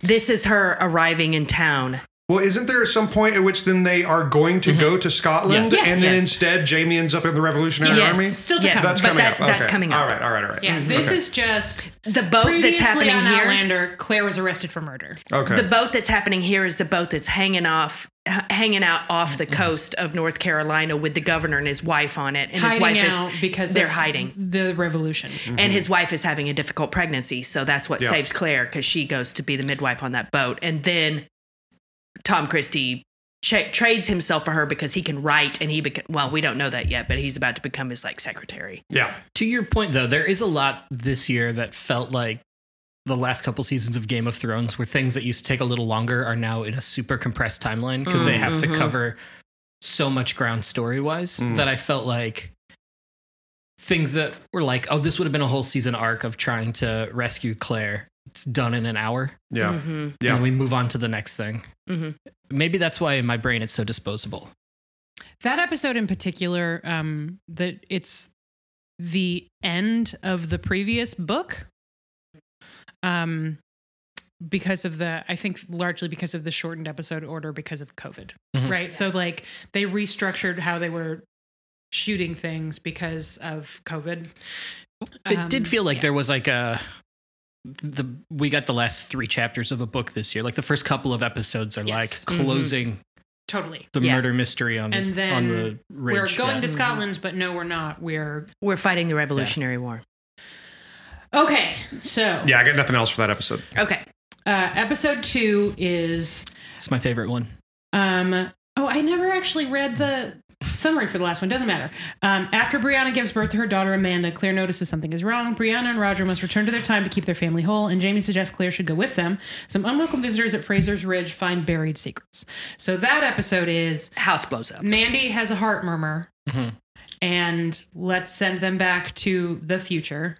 S1: This is her arriving in town.
S4: Well, isn't there some point at which then they are going to go to Scotland
S5: Yes.
S4: and then
S1: Mm-hmm. Yes.
S4: instead Jamie ends up in the Revolutionary
S1: Yes.
S4: Army?
S2: Still to
S1: yes,
S2: come.
S4: That's
S1: but
S4: coming
S1: that,
S4: up.
S1: that's
S4: Okay.
S1: coming up.
S4: All right, all right, all right.
S2: Yeah. This
S4: Mm-hmm. Okay.
S2: is just
S1: The boat Oh, that's
S2: previously
S1: happening
S2: on
S1: here.
S2: Outlander, Claire was arrested for murder.
S4: Mm-hmm. Okay.
S1: The boat that's happening here is the boat that's hanging off, h- hanging out off
S4: Mm-hmm.
S1: the coast of North Carolina with the governor and his wife on it, and his
S2: hiding
S1: wife
S2: out
S1: is
S2: because
S1: they're
S2: of
S1: hiding,
S2: the revolution.
S1: and his wife is having a difficult pregnancy, so that's what
S4: Mm-hmm. Yeah.
S1: saves Claire because she goes to be the midwife on that boat, and then Tom Christie. Cha- trades himself for her because he can write and he bec- well we don't know that yet but he's about to become his like secretary
S4: yeah.
S5: To your point, though, there is a lot this year that felt like the last couple seasons of Game of Thrones, where things that used to take a little longer are now in a super compressed timeline because they
S1: Mm,
S5: have
S1: mhm.
S5: to cover so much ground story wise
S4: Mm.
S5: that I felt like things that were like, oh, this would have been a whole season arc of trying to rescue Claire. It's done in an hour.
S4: Yeah.
S1: mm-hmm.
S4: Yeah.
S5: And then we move on to the next thing.
S1: Mm-hmm.
S5: Maybe that's why in my brain it's so disposable.
S2: That episode in particular, um, that it's the end of the previous book. Um because of the I think largely because of the shortened episode order because of COVID.
S5: Mhm.
S2: Right. So like they restructured how they were shooting things because of COVID.
S5: It
S2: Um,
S5: did feel like
S2: yeah.
S5: there was like a the we got the last three chapters of a book this year. Like the first couple of episodes are
S2: Yes.
S5: like
S1: Mhm.
S5: closing
S2: Totally.
S5: the
S1: Yeah.
S5: murder mystery on
S2: And then
S5: on the
S2: we're
S5: ridge.
S2: going
S5: yeah.
S2: to Scotland, but no, we're not. We're
S1: we're fighting the Revolutionary War
S2: okay. So
S4: Yeah, I got nothing else for that episode.
S1: okay
S2: uh, episode two is.
S5: It's my favorite one.
S2: Um, oh, I never actually read the summary for the last one. Doesn't matter. Um, after Brianna gives birth to her daughter Amanda, Claire notices something is wrong. Brianna and Roger must return to their time to keep their family whole, and Jamie suggests Claire should go with them. Some unwelcome visitors at Fraser's Ridge find buried secrets. So that episode is
S1: house blows up
S2: Mandy has a heart murmur.
S4: Mm-hmm.
S5: Mhm.
S2: And let's send them back to the future.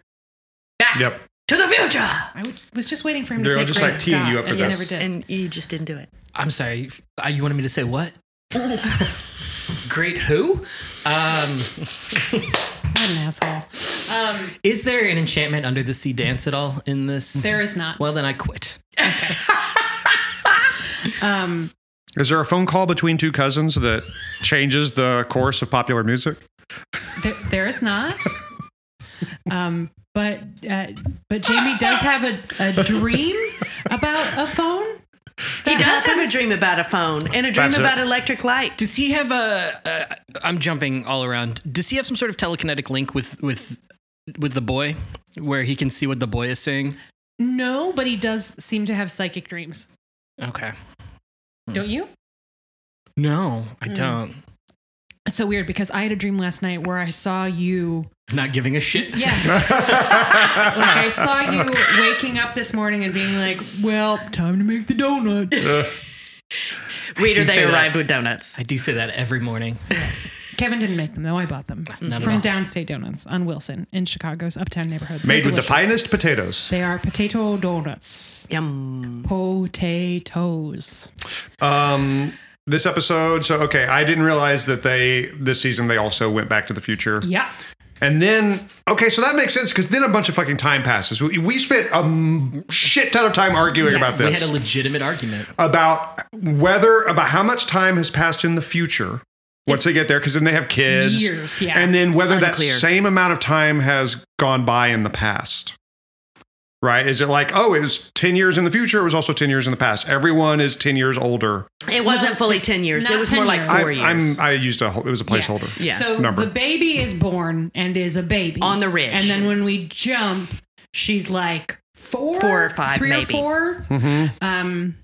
S1: back
S4: Yep.
S1: to the future
S2: I was, was just waiting for him
S4: They're
S2: to say
S4: just,
S2: "Great
S4: like, teeing you
S2: Scott,"
S4: up for
S2: and he
S4: this.
S2: never did.
S1: and you just didn't do it
S5: I'm sorry. f- uh, you wanted me to say <laughs> what? Great who? Um,
S2: What an asshole. Um,
S5: is there an enchantment under the sea dance at all in this?
S2: there is not.
S5: Well, then I quit.
S2: Um,
S4: Is there a phone call between two cousins that changes the course of popular music?
S2: there, there is not. Um, but uh, but Jamie does have a, a dream about a phone.
S1: He
S2: that
S1: does have a
S2: happens.
S1: dream about a phone and a dream
S4: That's it.
S1: about electric light.
S5: Does he have a? Uh, I'm jumping all around. Does he have some sort of telekinetic link with with with the boy, where he can see what the boy is saying?
S2: No, but he does seem to have psychic dreams.
S5: Okay.
S4: Hmm.
S2: Don't you?
S5: No, I
S2: Mm.
S5: don't.
S2: It's so weird because I had a dream last night where I saw you.
S5: Not giving a shit.
S2: Yeah. <laughs> like I saw you waking up this morning and being like, "Well, time to make the donut."
S1: <laughs> Reader,
S5: do say
S1: they
S5: that.
S1: arrived with donuts.
S5: I do say that every morning.
S2: Kevin didn't make them though. I bought them
S5: Not at
S2: from
S5: all.
S2: Downstate Donuts on Wilson in Chicago's uptown neighborhood.
S4: Made
S2: They're
S4: with the
S2: delicious.
S4: finest potatoes.
S2: They are potato donuts.
S1: Yum.
S2: Potatoes.
S4: Um, this episode, so okay, I didn't realize that they this season they also went back to the future.
S2: Yeah.
S4: And then okay, so that makes sense because then a bunch of fucking time passes. We, we spent a m- shit ton of time arguing about
S5: We
S4: this.
S5: had a legitimate argument.
S4: about whether about how much time has passed in the future once they get there because then they have kids
S2: Years, yeah.
S4: and then whether that
S1: Unclear.
S4: same amount of time has gone by in the past right is it like oh it was 10 years in the future it was also 10 years in the past everyone is 10 years older
S1: It wasn't fully 10 years.
S2: not
S1: It was more
S2: 10
S1: like
S2: years.
S1: four
S4: I,
S1: years.
S4: I'm, I used a whole- it was a placeholder
S1: yeah.
S2: So
S4: Number.
S2: the baby is born and is a baby
S1: On the ridge.
S2: And then when we jump, she's like four,
S1: Four or five,
S2: three
S1: maybe.
S2: or 4
S4: Mhm.
S2: Um,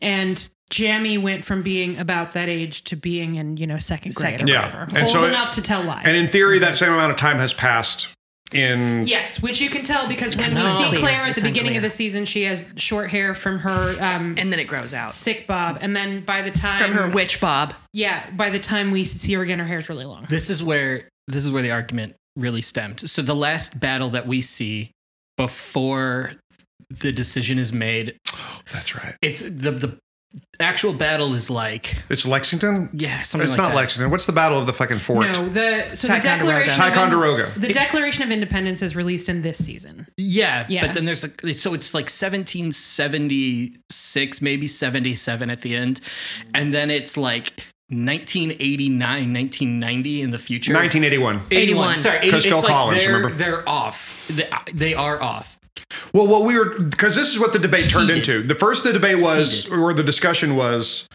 S2: and Jamie went from being about that age to being in you know second grade
S1: Second
S2: or
S4: grade. Yeah.
S2: whatever,
S4: And
S2: old
S4: so it-
S2: enough to tell lies.
S4: And in theory, that same amount of time has passed in
S2: yes, which you can tell because when we
S5: No.
S2: see Claire at
S1: It's
S2: the beginning
S1: unclear.
S2: of the season, she has short hair from her um,
S1: and then it grows out
S2: sick bob, and then by the time
S1: from her witch bob.
S2: yeah, by the time we see her again, her hair's really long.
S5: This is where this is where the argument really stemmed. So the last battle that we see before the decision is made,
S4: That's right.
S5: it's the the actual battle is like
S4: It's Lexington.
S5: yeah, something
S4: It's
S5: like
S4: not
S5: that.
S4: Lexington. What's the Battle of the fucking Fort?
S2: No, the so the
S1: Ticonderoga.
S2: declaration of-
S4: Ticonderoga.
S2: The Declaration of Independence is released in this season.
S5: Yeah,
S2: Yeah.
S5: but then there's like so it's like 1776, maybe 77 at the end, and then it's like 1989, 1990 in the future.
S4: 1981.
S1: 81.
S5: Sorry, 80,
S4: 'Cause
S5: it's
S4: Phil
S5: like
S4: Collins,
S5: they're,
S4: remember?
S5: they're off. They, they are off.
S4: Well, what we were because this is what the debate turned
S5: Heated.
S4: into. The first the debate was, or the discussion was,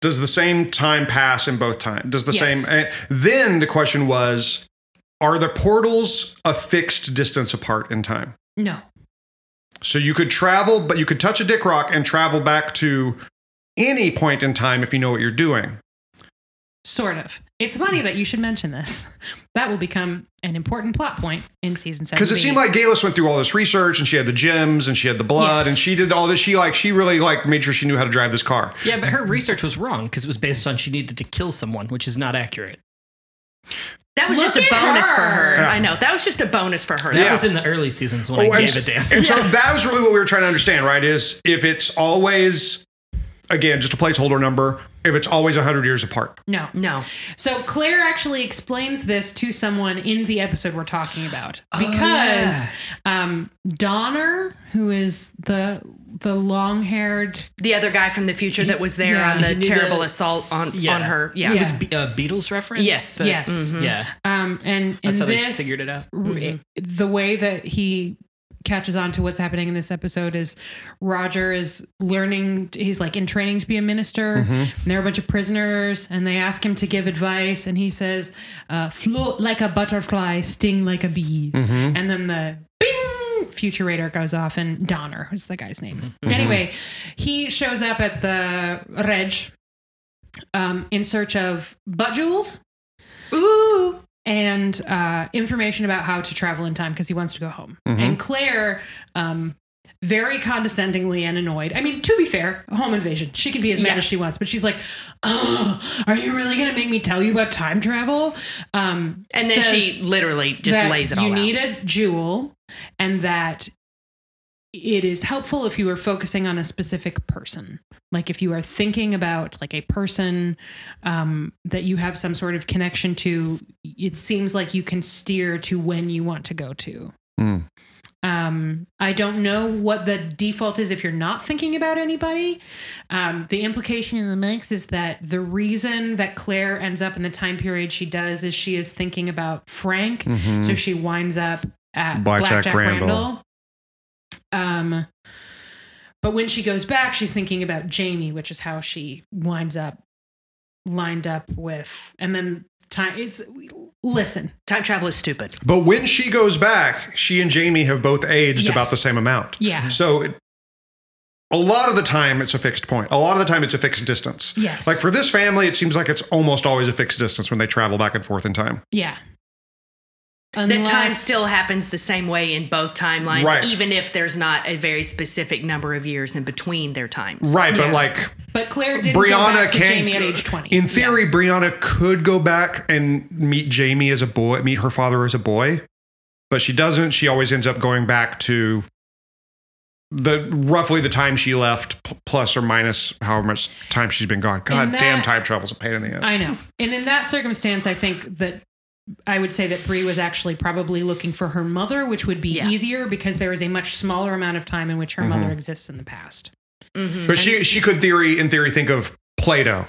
S4: does the same time pass in both times? Does the
S2: Yes.
S4: same? And then the question was, are the portals a fixed distance apart in time?
S2: No.
S4: So you could travel, but you could touch a dick rock and travel back to any point in time if you know what you're doing.
S2: Sort of. It's funny that you should mention this. <laughs> That will become an important plot point in season seven.
S4: Because it seemed like Galus went through all this research and she had the gems and she had the
S2: Yes.
S4: blood and she did all this. She like she really like made sure she knew how to drive this car.
S5: Yeah, but her research was wrong because it was based on she needed to kill someone, which is not accurate.
S1: That was
S2: Look
S1: just a
S2: at
S1: bonus for her.
S2: her.
S4: Yeah.
S1: I know that was just a bonus for her.
S5: That
S4: Yeah.
S5: was in the early seasons when
S4: Oh,
S5: I
S4: and s-
S5: gave a
S4: <laughs>
S5: damn.
S4: And so that was really what we were trying to understand, right? Is if it's always, again, just a placeholder number, if it's always 100 years apart.
S2: No.
S1: No,
S2: So Claire actually explains this to someone in the episode we're talking about
S4: Oh,
S2: because
S5: yeah.
S2: um, Donner, who is the the long haired,
S1: the other guy from the future that was there
S2: Yeah.
S1: on
S5: He
S1: the
S5: knew
S1: terrible
S5: the-
S1: assault on
S5: Yeah.
S1: on her. Yeah,
S5: It was Be- uh, Beatles reference.
S1: Yes.
S5: that-
S2: yes,
S4: mm-hmm.
S5: Yeah.
S2: um, and and
S5: That's how
S2: this
S5: they figured it out. Mm-hmm.
S2: r- the way that he catches on to what's happening in this episode is Roger is learning he's like in training to be a minister
S5: Mm-hmm.
S2: and there are a bunch of prisoners and they ask him to give advice and he says uh, float like a butterfly sting like a bee
S5: Mm-hmm.
S2: and then the bing futurator goes off and Donner who's the guy's name
S5: Mm-hmm.
S2: anyway he shows up at the reg um, in search of butt jewels
S1: Ooh,
S2: and uh, information about how to travel in time because he wants to go home.
S1: Mm-hmm.
S2: And Claire, um, very condescendingly and annoyed. I mean, to be fair, home invasion. She can be as mad
S1: Yeah.
S2: as she wants, but she's like, "Oh, are you really going to make me tell you about time travel?" Um,
S1: and then
S2: says
S1: she literally just
S2: that
S1: lays it all
S2: You
S1: out.
S2: need a jewel, and that it is helpful if you are focusing on a specific person. Like if you are thinking about like a person um, that you have some sort of connection to, it seems like you can steer to when you want to go to.
S4: Mm.
S2: Um, I don't know what the default is if you're not thinking about anybody. Um, the implication in the mix is that the reason that Claire ends up in the time period she does is she is thinking about Frank, so she winds up at Blackjack,
S4: Blackjack
S2: Randall.
S4: Randall.
S2: Um, but when she goes back, she's thinking about Jamie, which is how she winds up lined up with, and then time. It's listen.
S1: Time travel is stupid.
S4: But when she goes back, she and Jamie have both aged
S2: Yes.
S4: about the same amount.
S2: Yeah.
S4: So it, a lot of the time, it's a fixed point. A lot of the time, it's a fixed distance.
S2: Yes.
S4: Like for this family, it seems like it's almost always a fixed distance when they travel back and forth in time.
S2: yeah.
S1: That time
S2: Unless-
S1: still happens the same way in both timelines,
S4: Right.
S1: even if there's not a very specific number of years in between their times.
S4: Right.
S2: Yeah.
S4: But like
S2: But Claire did go
S4: Brianna
S2: back to
S4: can
S2: Jamie at age twenty.
S4: In theory, Brianna could go back and meet Jamie as a boy, meet her father as a boy, but she doesn't. She always ends up going back to the roughly the time she left, p- plus or minus however much time she's been gone. God
S2: And that-
S4: damn, time travel's a pain in the ass.
S2: I know. And in that circumstance, I think that I would say that Brie was actually probably looking for her mother, which would be
S1: Yeah.
S2: easier because there is a much smaller amount of time in which her
S4: Mm-hmm.
S2: mother exists in the past.
S1: Mhm.
S4: But she she could theory in theory think of Plato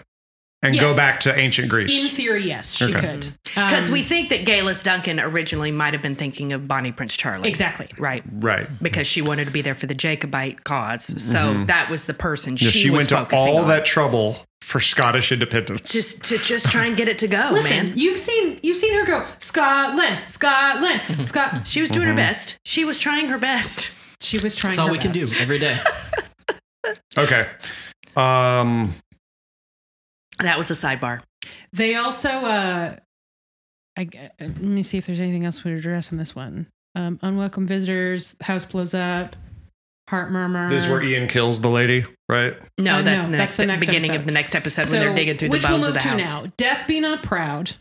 S4: and
S2: Yes.
S4: go back to ancient
S2: In
S4: Greece.
S2: theory, yes, she
S4: Okay.
S2: could.
S1: Because
S2: Um,
S1: we think that Galus Duncan originally might have been thinking of Bonnie Prince Charlie.
S2: exactly.
S1: Right.
S4: right.
S1: Because she wanted to be there for the Jacobite cause. So that was the person
S4: Yeah,
S1: she,
S4: she
S1: was
S4: went to
S1: focusing
S4: all
S1: on.
S4: that trouble for Scottish independence.
S1: Just to just try and get it to go,
S2: Listen,
S1: man.
S2: you've seen you've seen her go Scotland, Scotland,
S4: Mm-hmm.
S2: Scot.
S1: She was doing her best. She was trying her best.
S2: She was trying.
S5: That's all
S2: her
S5: we can
S2: best.
S5: do every day.
S4: okay. Um,
S1: That was a sidebar.
S2: They also, uh, I, g- uh, let me see if there's anything else we address on this one. Um, unwelcome visitors, house blows up, heart murmur.
S4: this is
S1: Um,
S4: where Ian kills the lady, right?
S1: No,
S2: Uh,
S1: that's,
S2: no,
S1: the,
S2: that's
S1: next,
S2: the next
S1: beginning
S2: episode.
S1: of the next episode when they're digging through the
S2: which we'll
S1: bones of
S2: move
S1: the house. <laughs>
S2: to now. Death be not proud.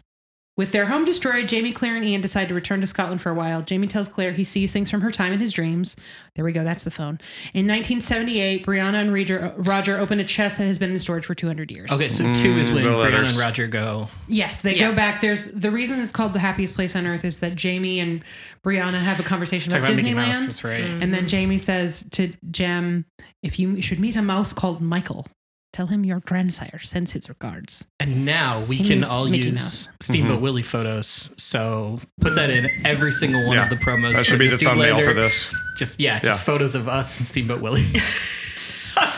S2: With their home destroyed, Jamie, Claire, and Ian decide to return to Scotland for a while. Jamie tells Claire he sees things from her time in his dreams. There we go. That's the phone. In 1978, Brianna and Roger, Roger open a chest that has been in storage for 200 years.
S5: Okay, so two is
S4: Mm,
S5: when
S4: the
S5: Brianna
S4: letters.
S5: and Roger go.
S2: Yes, they
S1: Yeah.
S2: go back. There's the reason it's called the happiest place on earth is that Jamie and Brianna have a conversation
S5: Talk
S2: about,
S5: about Mickey Mouse.
S2: Disneyland, Hmm.
S5: That's right.
S2: and then Jamie says to Jem, "If you should meet a mouse called Michael, tell him your grandsire sends his regards."
S5: And now we
S2: He
S5: can
S2: needs
S5: all
S2: Mickey
S5: use
S2: Mouse.
S4: Mm-hmm.
S5: Steamboat Willie photos. So put that in every single one
S4: Yeah.
S5: of the promos.
S4: That
S5: for
S4: should be the
S5: this dude
S4: thumbnail
S5: later.
S4: for this.
S5: Just yeah, just
S4: Yeah.
S5: photos of us and Steamboat
S2: <laughs>
S5: Willie.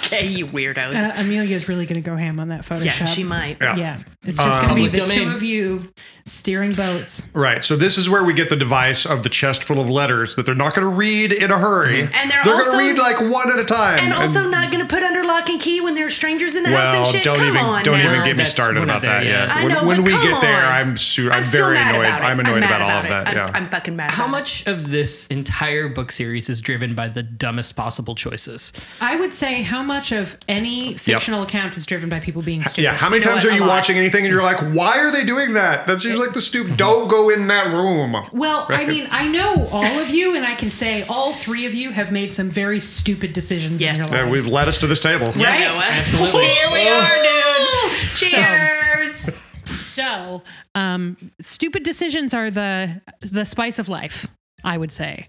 S1: Okay, you weirdos.
S2: Uh, Amelia's really going to go ham on that Photoshop.
S1: yeah, she might.
S4: Yeah.
S2: Yeah, it's just going to be
S5: Public
S2: the
S5: domain.
S2: two of you steering boats.
S4: Right. So this is where we get the device of the chest full of letters that they're not going to read in a hurry.
S1: Mm-hmm. And they're
S4: they're
S1: also-
S4: going to read like one at a time.
S1: And also not going to put under lock and key when there are strangers in the house and
S4: well,
S1: shit.
S4: don't
S1: Come
S4: even
S1: on
S4: don't
S1: now.
S4: even get me
S5: That's-
S4: started
S5: we're not
S4: about that
S5: there yet.
S4: yet.
S1: I
S4: When,
S1: know,
S4: when
S1: but
S4: we
S1: come
S4: get there,
S1: on.
S4: I'm su- I'm,
S1: still
S4: very
S1: mad
S4: annoyed.
S1: about it.
S4: I'm annoyed
S1: mad
S4: about, all of
S1: it.
S4: that.
S1: I'm,
S4: yeah.
S1: I'm fucking mad.
S5: How
S1: about it.
S5: much of this entire book series is driven by the dumbest possible choices?
S2: I would say how much of any fictional account is driven by people being stupid.
S4: yeah, how many
S1: You know
S4: times
S1: what?
S4: are
S1: A
S4: you
S1: lot.
S4: watching anything and you're like, why are they doing that? That seems like
S1: Mm-hmm.
S4: the stupid. Don't go in that room.
S2: Well, I mean, I know all of you, and I can say all three of you have made some very stupid decisions
S1: Yes.
S2: in your
S4: Yeah,
S2: lives.
S4: we've led us to this table.
S1: Yeah,
S2: Right?
S5: eh?
S1: Noah.
S5: Absolutely.
S1: Here we are, <laughs> dude. Cheers.
S2: so, um, stupid decisions are the the spice of life. I would say.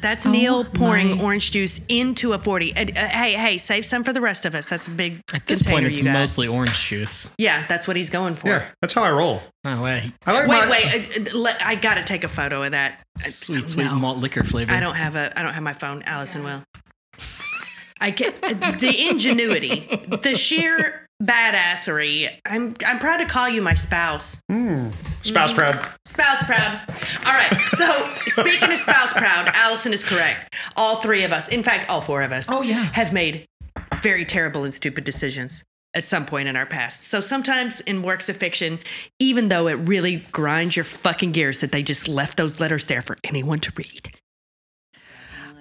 S1: That's Neil pouring
S2: my-
S1: orange juice into a 40. Uh, uh, hey, hey, save some for the rest of us. That's a big
S5: At this
S1: container
S5: point, it's
S1: you got.
S5: mostly orange juice.
S1: Yeah, that's what he's going for.
S4: Yeah, that's how I roll.
S5: Oh wait,
S4: I like
S1: Wait,
S4: my,
S1: wait. uh, uh, let- I gotta take a photo of that. I-
S5: sweet,
S1: no.
S5: sweet malt liquor flavor.
S1: I don't have a. I don't have my phone. Allison will. I get the ingenuity, the sheer badassery. I'm. I'm proud to call you my spouse.
S4: spouse proud.
S1: Spouse proud. All right. So speaking of spouse proud, Allison is correct. All three of us, in fact, all four of us,
S2: Oh, yeah.
S1: have made very terrible and stupid decisions at some point in our past. So sometimes in works of fiction, even though it really grinds your fucking gears that they just left those letters there for anyone to read.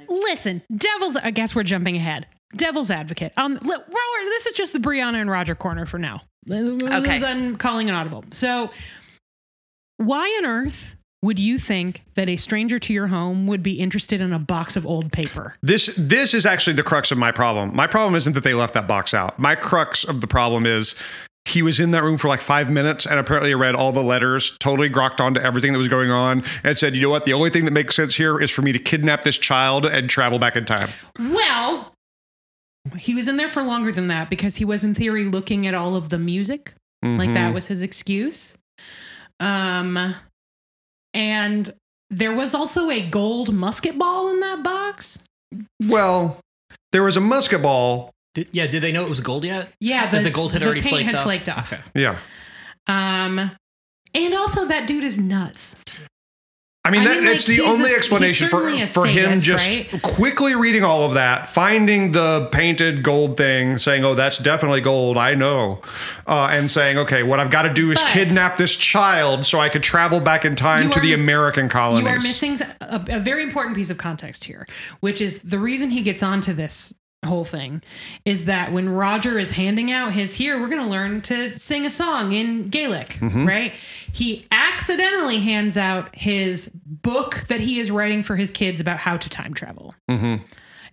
S2: Listen, devil's. I guess we're jumping ahead. Devil's advocate. Um, look, Robert, this is just the Brianna and Roger corner for now. Okay. Then calling an audible. So, why on earth would you think that a stranger to your home would be interested in a box of old paper?
S4: This this is actually the crux of my problem. My problem isn't that they left that box out. My crux of the problem is he was in that room for like five minutes and apparently read all the letters, totally grokked onto everything that was going on, and said, you know what, the only thing that makes sense here is for me to kidnap this child and travel back in time.
S2: Well, he was in there for longer than that because he was in theory looking at all of the music. Like that was his excuse. Um and there was also a gold musket ball in that box.
S4: Well, there was a musket ball.
S5: Did- yeah, did they know it was gold yet?
S2: Yeah,
S5: That the gold had
S2: the
S5: already
S2: paint
S5: flaked
S2: had
S5: off?
S2: flaked off.
S5: Okay.
S4: Yeah.
S2: Um and also that dude is nuts.
S4: I mean,
S2: I
S4: that,
S2: mean,
S4: that's
S2: like,
S4: the
S2: he's a-
S4: only
S2: he's
S4: explanation for,
S2: certainly a
S4: for him
S2: sadist,
S4: just
S2: right?
S4: quickly reading all of that, finding the painted gold thing, saying, oh, that's definitely gold, I know, uh, and saying, okay, what I've got to do is
S2: But-
S4: kidnap this child so I could travel back in time
S2: You
S4: to
S2: are-
S4: the American colonies.
S2: You are missing a, a very important piece of context here, which is the reason he gets onto this whole thing is that when Roger is handing out his here, we're going to learn to sing a song in Gaelic,
S4: Mm-hmm.
S2: right? He accidentally hands out his book that he is writing for his kids about how to time travel.
S4: Mm-hmm.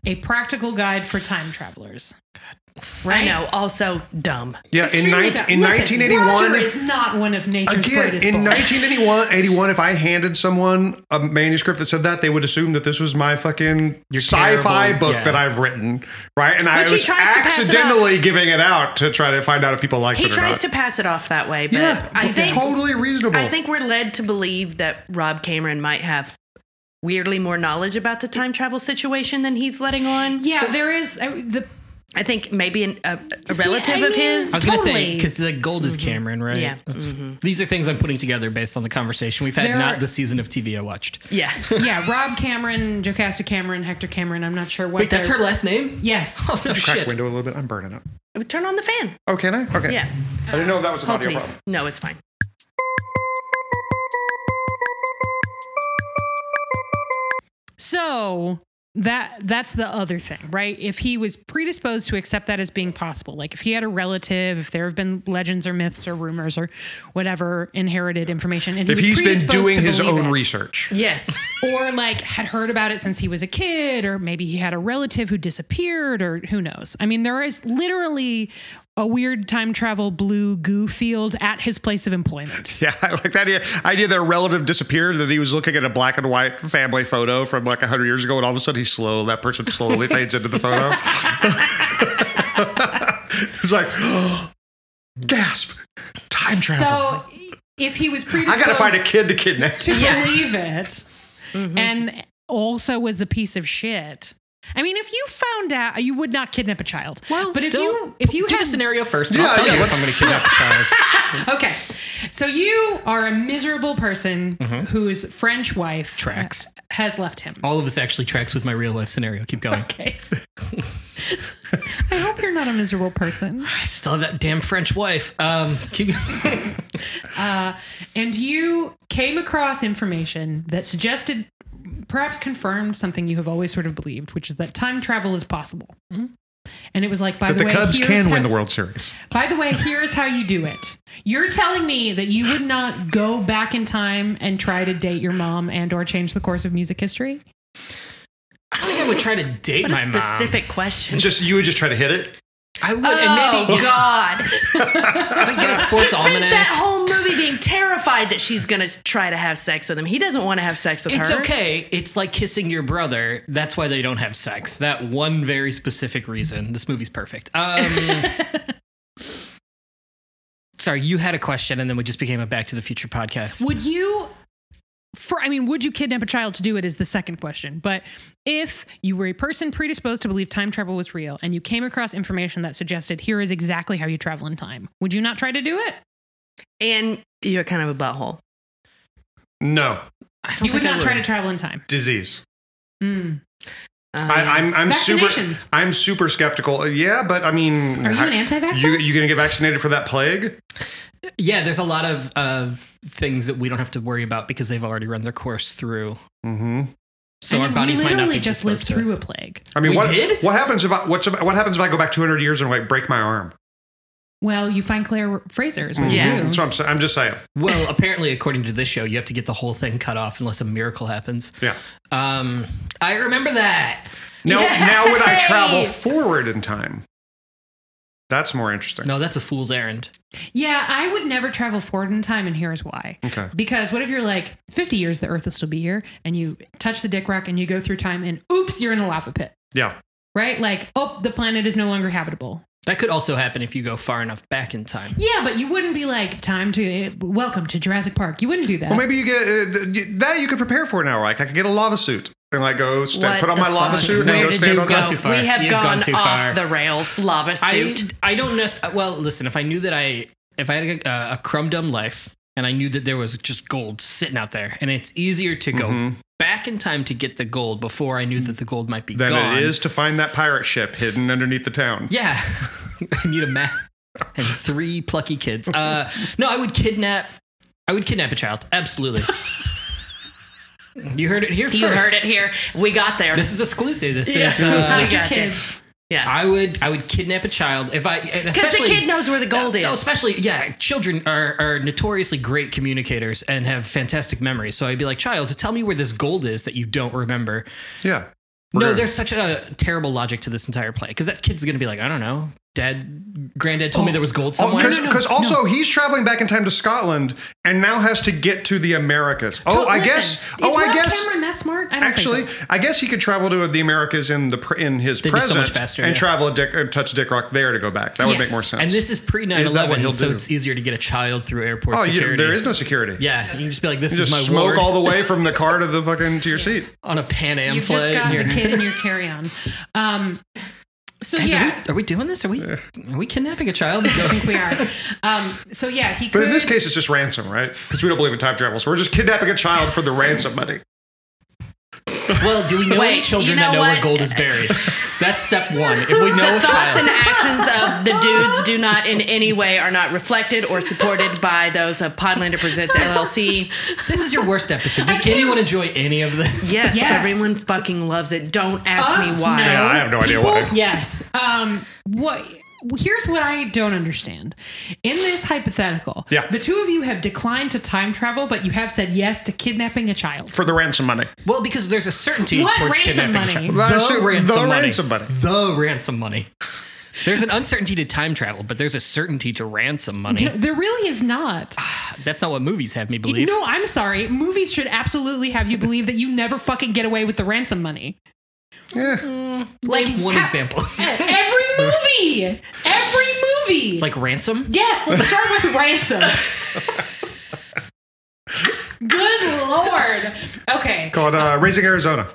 S2: A practical guide for time travelers. Right?
S1: I know. Also dumb.
S4: yeah, in,
S2: Extremely
S4: nine-
S2: dumb.
S4: in
S2: Listen,
S4: 1981.
S2: Roger is not one of nature's
S4: Again,
S2: greatest
S4: in
S2: books.
S4: 1981, 81, if I handed someone a manuscript that said that, they would assume that this was my fucking
S5: Your
S4: sci-fi
S5: terrible-
S4: book
S5: yeah.
S4: that I've written, right? And I
S1: Which he
S4: was
S1: tries to pass it
S4: accidentally giving it out to try to find out if people liked
S1: He
S4: it or
S1: tries
S4: not.
S1: to pass it off that way, but
S4: yeah,
S1: I think
S4: totally reasonable.
S1: I think we're led to believe that Rob Cameron might have weirdly more knowledge about the time travel situation than he's letting on.
S2: Yeah, there is I, the
S1: I think maybe an, a, a
S2: See,
S1: relative
S2: I
S1: of
S2: mean-
S1: his.
S5: I was going to say
S2: Totally. Mm-hmm.
S5: because the gold is Cameron, right?
S1: Yeah.
S5: That's- These are things I'm putting together based on the conversation we've had,
S2: There
S5: not
S2: are-
S5: the season of TV I watched.
S1: Yeah. <laughs>
S2: yeah, Rob Cameron, Jocasta Cameron, Hector Cameron. I'm not sure what.
S5: Wait, that's
S2: their-
S5: her last name?
S2: Yes.
S5: <laughs> Oh no,
S4: Crack
S5: shit!
S4: window a little bit. I'm burning up.
S1: Turn on the fan.
S4: Oh, can I? Okay.
S1: Yeah.
S4: I didn't know if that was an
S1: Hold
S4: audio
S1: please.
S4: problem.
S1: No, it's fine.
S2: So that that's the other thing, right? If he was predisposed to accept that as being possible, like if he had a relative, if there have been legends or myths or rumors or whatever inherited information, and he
S4: If
S2: was
S4: he's been
S2: predisposed
S4: doing
S2: to
S4: his
S2: believe
S4: own
S2: it,
S4: research. <laughs>
S1: Yes.
S2: or like had heard about it since he was a kid, or maybe he had a relative who disappeared, or who knows. I mean, there is literally a weird time travel blue goo field at his place of employment.
S4: <laughs> Yeah, I like that idea. idea that a relative disappeared, that he was looking at a black and white family photo from like 100 years ago, and all of a sudden he's slow. That person slowly
S2: <laughs>
S4: fades into the photo. <laughs> it's like, <gasps> gasp, time travel.
S2: So if he was
S4: I
S2: predisposed
S4: got to find a kid to kidnap.
S2: to believe it, and also was a piece of shit. I mean, if you found out, you would not kidnap a child. but if you if you
S5: do
S2: had
S5: the scenario first,
S4: Yeah,
S5: I'll tell
S4: yeah,
S5: you if
S4: let's-
S5: I'm
S4: <laughs>
S5: going to kidnap a child.
S2: okay, so you are a miserable person whose French wife
S5: Tracks. Oh.
S2: has left him.
S5: All of this actually tracks with my real life scenario.
S2: <laughs>
S5: Keep going.
S2: Okay. I hope you're not a miserable person.
S5: I still have that damn French wife. Um, keep,
S2: And you came across information that suggested, perhaps confirmed something you have always sort of believed, which is that time travel is possible. And it was like, by
S4: That
S2: the
S4: the
S2: way,
S4: Cubs
S2: here's
S4: can
S2: how,
S4: win the World Series.
S2: By the way, here's how you do it. You're telling me that you would not go back in time and try to date your mom and or change the course of music history?
S5: <laughs> I don't think I would try to date
S1: What a
S5: my
S1: specific question.
S4: Just you would just try to hit it.
S5: mom. I would, and maybe
S1: God.
S5: I'd get a
S1: He
S5: sports
S1: spends
S5: almanac.
S1: that whole movie being terrified that she's going to try to have sex with him. He doesn't want to have sex with
S5: It's
S1: her.
S5: okay. It's like kissing your brother. That's why they don't have sex. That one very specific reason. This movie's perfect. Um, sorry, you had a question, and then we just became a Back to the Future podcast.
S2: Would you for I mean, would you kidnap a child to do it is the second question. But if you were a person predisposed to believe time travel was real and you came across information that suggested here is exactly how you travel in time, would you not try to do it?
S1: And you're kind of a butthole.
S4: No,
S5: I don't
S2: You would
S5: think I
S2: not try to travel in time.
S4: disease.
S2: Mm.
S1: Um,
S4: I, I'm, I'm super.
S2: Hmm. Vaccinations.
S4: I'm super skeptical. Uh, Yeah, but I mean,
S2: Are you
S4: how-
S2: an anti-vaxxer?
S4: You, you gonna get vaccinated for that plague?
S5: Yeah, there's a lot of of things that we don't have to worry about because they've already run their course through.
S4: Mm-hmm.
S5: So
S2: I
S5: our
S2: mean,
S5: bodies
S2: we
S5: might
S2: literally
S5: not be
S2: just lived
S5: disposed to-
S2: through a plague.
S4: I mean,
S5: We
S4: what
S5: did?
S4: what happens if I, what's what happens if I go back 200 years and like break my arm? Mm-hmm.
S2: Well, you find Claire Fraser is what
S1: Yeah.
S2: you do.
S4: That's what I'm saying. I'm just saying.
S5: Well, apparently, according to this show, you have to get the whole thing cut off unless a miracle happens.
S4: Yeah.
S5: Um, I remember that.
S4: Now, now would I
S1: Yay!
S4: travel forward in time? That's more interesting.
S5: No, that's a fool's errand.
S2: Yeah, I would never travel forward in time, and here's why.
S4: Okay.
S2: Because what if you're like 50 years, the Earth will still be here, and you touch the dick rock and you go through time, and oops, you're in a lava pit,
S4: Yeah.
S2: right? Like, oh, the planet is no longer habitable.
S5: That could also happen if you go far enough back in time.
S2: Yeah, but you wouldn't be like, time to welcome to Jurassic Park. You wouldn't do that.
S4: Well, maybe you get uh, th- you- that you could prepare for now. Like I could get a lava suit and like go stand,
S1: What
S4: put on
S1: the
S4: my lava
S1: fuck?
S4: suit and
S1: Where
S4: go
S1: did
S4: stand
S1: this
S4: on
S1: go?
S5: gone too far.
S1: We have
S5: You've
S1: gone,
S5: gone too
S1: off
S5: far.
S1: the rails, lava
S5: I,
S1: suit.
S5: I don't necessarily. Well, listen, if I knew that I if I had a, a crumb dumb life and I knew that there was just gold sitting out there, and it's easier to go
S4: Mhm.
S5: back in time to get the gold before I knew that the gold might be
S4: Then
S5: gone.
S4: Mm. it is to find that pirate ship hidden underneath the town.
S5: Yeah, <laughs> I need a map and three plucky kids. Uh, no, I would kidnap. I would kidnap a child. Absolutely. you heard it here
S1: you
S5: first.
S1: heard it here. We got there.
S5: This is exclusive. This is.
S1: Yeah.
S5: Uh,
S1: We got
S2: your
S1: there.
S2: kids.
S1: Yeah.
S5: I would. I would kidnap a child if I. and
S1: Because the
S5: especially-
S1: kid knows where the gold
S5: No,
S1: is.
S5: especially, yeah, children are, are notoriously great communicators and have fantastic memories. So I'd be like, child, tell me where this gold is that you don't remember.
S4: Yeah. We're
S5: No,
S4: gonna-
S5: there's such a terrible logic to this entire play because that kid's going to be like, I don't know. Dad, granddad
S4: Oh.
S5: told me there was gold somewhere.
S4: Because also he's traveling back in time to Scotland and now has to get to the Americas. Oh, I
S2: Listen,
S4: guess.
S2: Is
S4: Oh, I
S2: Rob
S4: guess.
S2: Cameron that smart? I don't
S4: Actually,
S2: think so.
S4: I guess he could travel to the Americas in the pr- in his
S5: That'd be so
S4: present
S5: much faster,
S4: and
S5: yeah.
S4: travel a dick, uh, touch Dick Rock there to go back. That would
S2: Yes.
S4: make more sense.
S5: and this is pre 9
S4: Is that what he'll
S5: 11, so
S4: do?
S5: it's easier to get a child through airport
S4: oh, you,
S5: security.
S4: there is no security.
S5: Yeah, you can just be like, this
S4: you
S5: is my
S4: just smoke
S5: ward
S4: all the
S5: <laughs>
S4: way from the car to the fucking to your seat.
S5: on a Pan Am
S2: You've just
S5: flight.
S2: got
S5: and
S2: the
S5: you're-
S2: kid in your carry-on. Um, So
S5: Guys,
S2: yeah,
S5: are, we, are we doing this? Are we are we kidnapping
S4: <laughs>
S5: a child? <laughs>
S2: I think <laughs> we are. Um, so yeah, he could.
S4: But in this case, it's just ransom, right? Because we don't believe in time travel, so we're just kidnapping a child for the ransom money.
S5: well, do we know
S1: Wait,
S5: any children
S1: you know
S5: that know
S1: what?
S5: where gold is
S1: <laughs>
S5: buried? That's step one. If we know
S1: the
S5: a
S1: thoughts
S5: child,
S1: and actions of the dudes do not in any way are not reflected or supported by those of Podlander Presents LLC.
S5: this is your worst episode. Does anyone enjoy any of
S1: <laughs>
S5: this?
S1: Yes,
S2: Yes.
S1: everyone fucking loves it. Don't ask
S2: Us?
S1: me why.
S2: No.
S4: Yeah, I have no idea
S2: People-
S4: why.
S2: Yes. Um, what? Here's what I don't understand. In this hypothetical,
S4: Yeah.
S2: the two of you have declined to time travel, but you have said yes to kidnapping a child.
S4: For the ransom money.
S5: Well, because there's a certainty
S2: What
S5: towards
S2: ransom
S5: kidnapping
S2: money?
S5: a child.
S4: Well, I assume- the
S5: money.
S4: ransom money.
S5: The ransom money. There's an uncertainty to time travel, but there's a certainty to ransom money.
S2: There really is not.
S5: That's not what movies have me believe.
S2: No, I'm sorry. Movies should absolutely have you believe that you never fucking get away with the ransom money.
S4: Yeah.
S2: Like
S5: Name one
S2: ha-
S5: example.
S2: <laughs>
S5: <laughs>
S2: Every movie. Every movie.
S5: like
S4: Mm-hmm.
S5: ransom?
S2: Yes, let's start with ransom. Good lord. Okay,
S4: Called uh, Raising Arizona.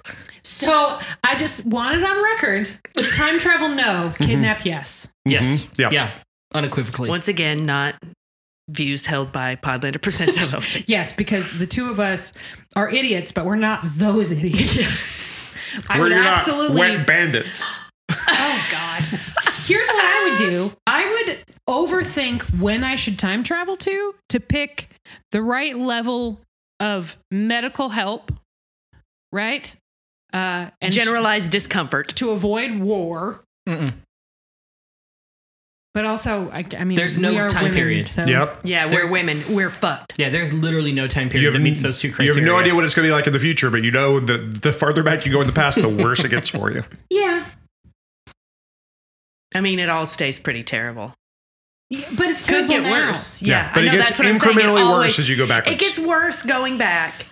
S2: so I just want it on record. Time travel, no.
S5: Mm-hmm.
S2: Kidnap, yes.
S5: Yes.
S4: Yeah.
S5: Yeah. Unequivocally.
S1: Once again, not views held by Podlander <laughs> Presents LLC.
S2: Yes, because the two of us are idiots, but we're not those
S5: <laughs>
S2: idiots. I
S4: Where
S2: would
S4: you're
S2: absolutely.
S4: not wet bandits.
S2: oh God. Here's what I would do. I would overthink when I should time travel to to pick the right level of medical help, right? Uh, and
S1: Generalized discomfort.
S2: to avoid war.
S5: Mm-mm.
S2: But also, I, I mean,
S5: There's no
S2: we are
S5: time
S2: women,
S5: period.
S2: So
S4: Yep.
S1: Yeah, we're
S5: There-
S1: women. We're fucked.
S5: Yeah, there's literally no time
S4: You have,
S5: period that meets those two
S4: you
S5: criteria.
S4: have no idea what it's going to be like in the future, but you know that the farther back you go in the past, the worse it gets for you.
S2: Yeah.
S1: I mean, it all stays pretty terrible.
S2: Yeah, but it's
S1: Could
S2: terrible
S1: get
S2: now.
S1: worse. Yeah, I
S4: but it
S1: know,
S4: gets
S1: that's what I'm saying. It
S4: incrementally
S1: always-
S4: worse as you go backwards.
S1: It gets worse going back.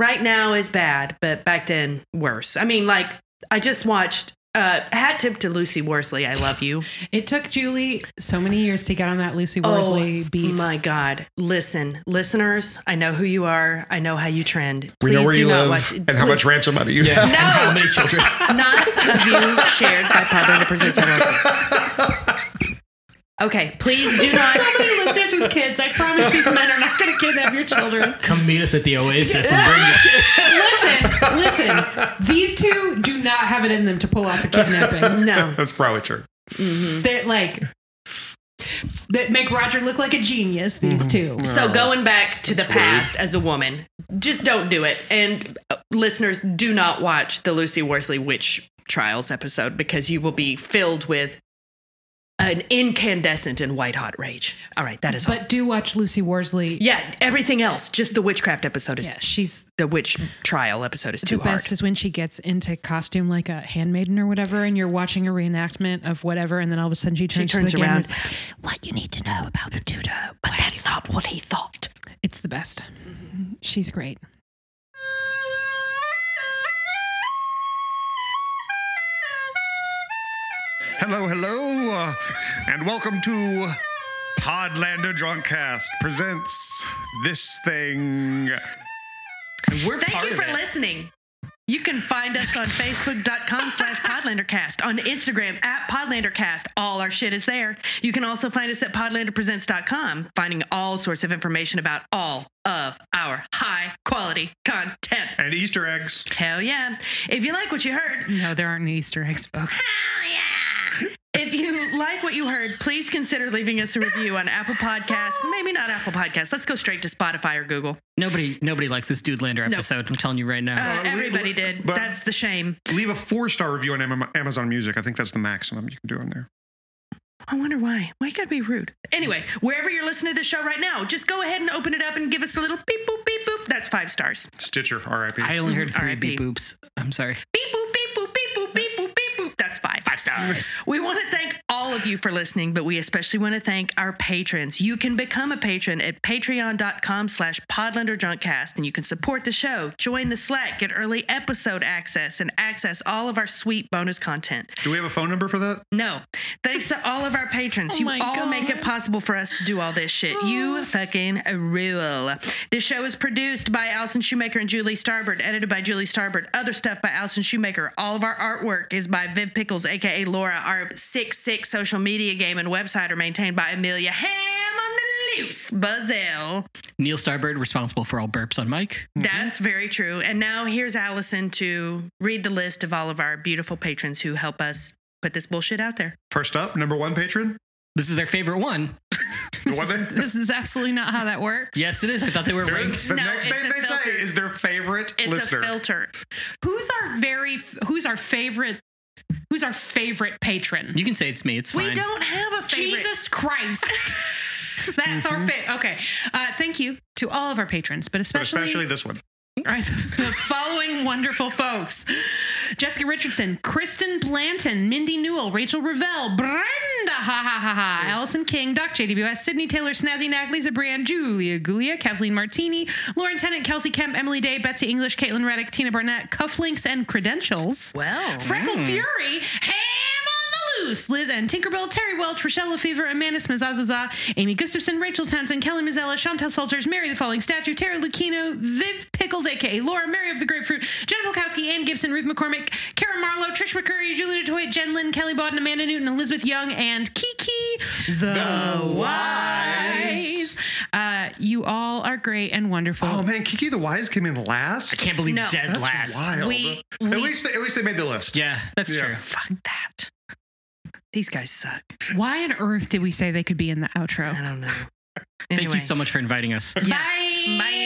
S1: Right now is bad, but back then worse. I mean, like I just watched uh hat tip to Lucy Worsley, I love you.
S2: It took Julie so many years to get on that Lucy <laughs>
S5: Oh,
S2: Worsley beat.
S1: Oh my god. Listen, listeners, I know who you are. I know how you trend.
S4: we
S1: Please
S4: know where
S1: do
S4: you
S1: not
S4: live
S1: watch
S4: and how much ransom money you
S5: Yeah.
S4: have. <laughs>
S5: and how many children?
S1: None of you shared by Podlander
S4: <laughs>
S1: Presents LLC. Okay, please do not
S2: so many listeners with kids. I promise these men are not going to kidnap your
S5: <laughs>
S2: children.
S5: Come meet us at the Oasis and bring your
S2: Listen, listen. These two do not have it in them to pull off a kidnapping.
S1: No.
S4: That's probably true.
S2: They're like that make Roger look like a genius. These two.
S1: So going back to the past as a woman, just don't do it. And uh, listeners, do not watch the Lucy Worsley witch trials episode because you will be filled with an incandescent and white hot rage. All right, that is all.
S2: But do watch Lucy Worsley.
S1: Yeah, everything else, just the witchcraft episode is
S2: Yeah, she's
S1: the witch trial episode is
S2: the
S1: too hard.
S2: best is when she gets into costume like a handmaiden or whatever, and you're watching a reenactment of whatever, and then all of a sudden she turns,
S1: turns
S2: to the camera
S1: around.
S2: and is like, What you need to know about the Tudor?
S1: but that's not what he thought.
S2: It's the best. She's great.
S4: Hello, hello, uh, and welcome to Podlander Drunkcast presents this thing.
S5: We're
S1: Thank
S5: part
S1: you
S5: of
S1: for
S5: it.
S1: listening. You can find us on facebook.com slash podlandercast, on Instagram at podlandercast. All our shit is there. You can also find us at podlanderpresents.com, finding all sorts of information about all of our high quality content.
S4: And Easter eggs.
S1: Hell yeah. If you like what you heard,
S2: No, there aren't any Easter eggs, <laughs> folks.
S1: Hell yeah! If you like what you heard, please consider leaving us a review on Apple Podcasts. Maybe not Apple Podcasts. Let's go straight to Spotify or Google.
S5: Nobody, nobody liked this Dude Lander episode. I'm telling you right
S1: Uh,
S5: now.
S4: we-
S1: everybody did.
S4: but-
S1: That's the shame.
S4: Leave a four star review on Am- Amazon Music. I think that's the maximum you can do on there.
S1: I wonder why. Why you gotta be rude? Anyway, wherever you're listening to the show right now, just go ahead and open it up and give us a little beep boop beep boop. That's five stars.
S4: Stitcher, RIP.
S5: I only heard
S1: Mm,
S5: three
S1: R.I.P.
S5: beep boops. I'm sorry.
S1: Beep boop beep boop beep boop beep boop beep boop. That's five.
S5: Five stars.
S1: We want to thank all all of you for listening, but we especially want to thank our patrons. You can become a patron at patreon.com slash podlanderjunkcast, and you can support the show, join the Slack, get early episode access, and access all of our sweet bonus content.
S4: Do we have a phone number for that?
S1: No. Thanks to all of our patrons.
S2: Oh
S1: you
S2: my
S1: all
S2: God. Oh.
S1: make it possible for us to do all this shit. You fucking rule. This show is produced by Allison Shoemaker and Julie Starbird, edited by Julie Starbird, other stuff by Allison Shoemaker. All of our artwork is by Viv Pickles, aka Laura. Our six six social media game and website are maintained by Amelia Ham on the Loose. Buzzell.
S2: Mm-hmm.
S5: Neil Starbird, responsible for all burps on mic.
S1: That's very true. And now here's Allison to read the list of all of our beautiful patrons who help us put this bullshit out there.
S4: First up, number one patron.
S5: This is their favorite one.
S4: The
S1: <laughs>
S4: one they-
S2: This is absolutely not how that works.
S5: Yes, it is. I
S4: <laughs>
S5: thought they were
S4: there
S5: ranked.
S4: is- the
S1: No,
S4: next
S1: it's
S4: thing
S1: a
S4: they
S1: filter.
S4: say is their favorite
S1: It's
S4: listener.
S1: a filter.
S2: Who's our very who's our favorite who's our favorite patron?
S5: You can say it's me. It's fine.
S1: We don't have a favorite.
S2: Jesus Christ. That's our fa Okay. Uh, thank you to all of our patrons, but
S4: but
S2: especially,
S4: especially this one.
S2: All right, <laughs> the following wonderful folks Jessica Richardson, Kristen Blanton, Mindy Newell, Rachel Ravel, Brenda, ha ha ha ha, Allison King, Doc JWS, Sydney Taylor, Snazzy Nag, Lisa Brand, Julia Gulia, Kathleen Martini, Lauren Tennant, Kelsey Kemp, Emily Day, Betsy English, Caitlin Reddick, Tina Barnett, Cufflinks and Credentials.
S1: Well,
S2: Freckle Fury, Ham on the Loose, Liz and Tinkerbell, Terry Welch, Rochelle Lefevre, Amanis Mazazaza, Amy Gustafson, Rachel Townsend, Kelly Mazzella, Chantel Salters, Mary the Falling Statue, Tara Lucchino, Viv Pickles, aka Laura, Mary of the Grapefruit, Jenna Polkowski, Ann Gibson, Ruth McCormick, Karen Marlowe, Trish McCurry, Julie DeToy, Jen Lynn, Kelly Bodden, Amanda Newton, Elizabeth Young, and Kiki the, Wise. Uh, you all are great and wonderful.
S4: Oh man, Kiki the Wise came in last.
S5: Can't believe
S1: No.
S5: dead
S4: That's
S5: last.
S4: wild.
S1: We-
S4: at
S1: we-
S4: least they, at least they made the list.
S5: Yeah, that's
S4: Yeah.
S5: true.
S1: fuck that. These guys suck.
S2: Why on earth did we say they could be in the outro?
S1: I don't know.
S5: Thank you so much for inviting us.
S1: much.
S2: Bye.
S1: Bye.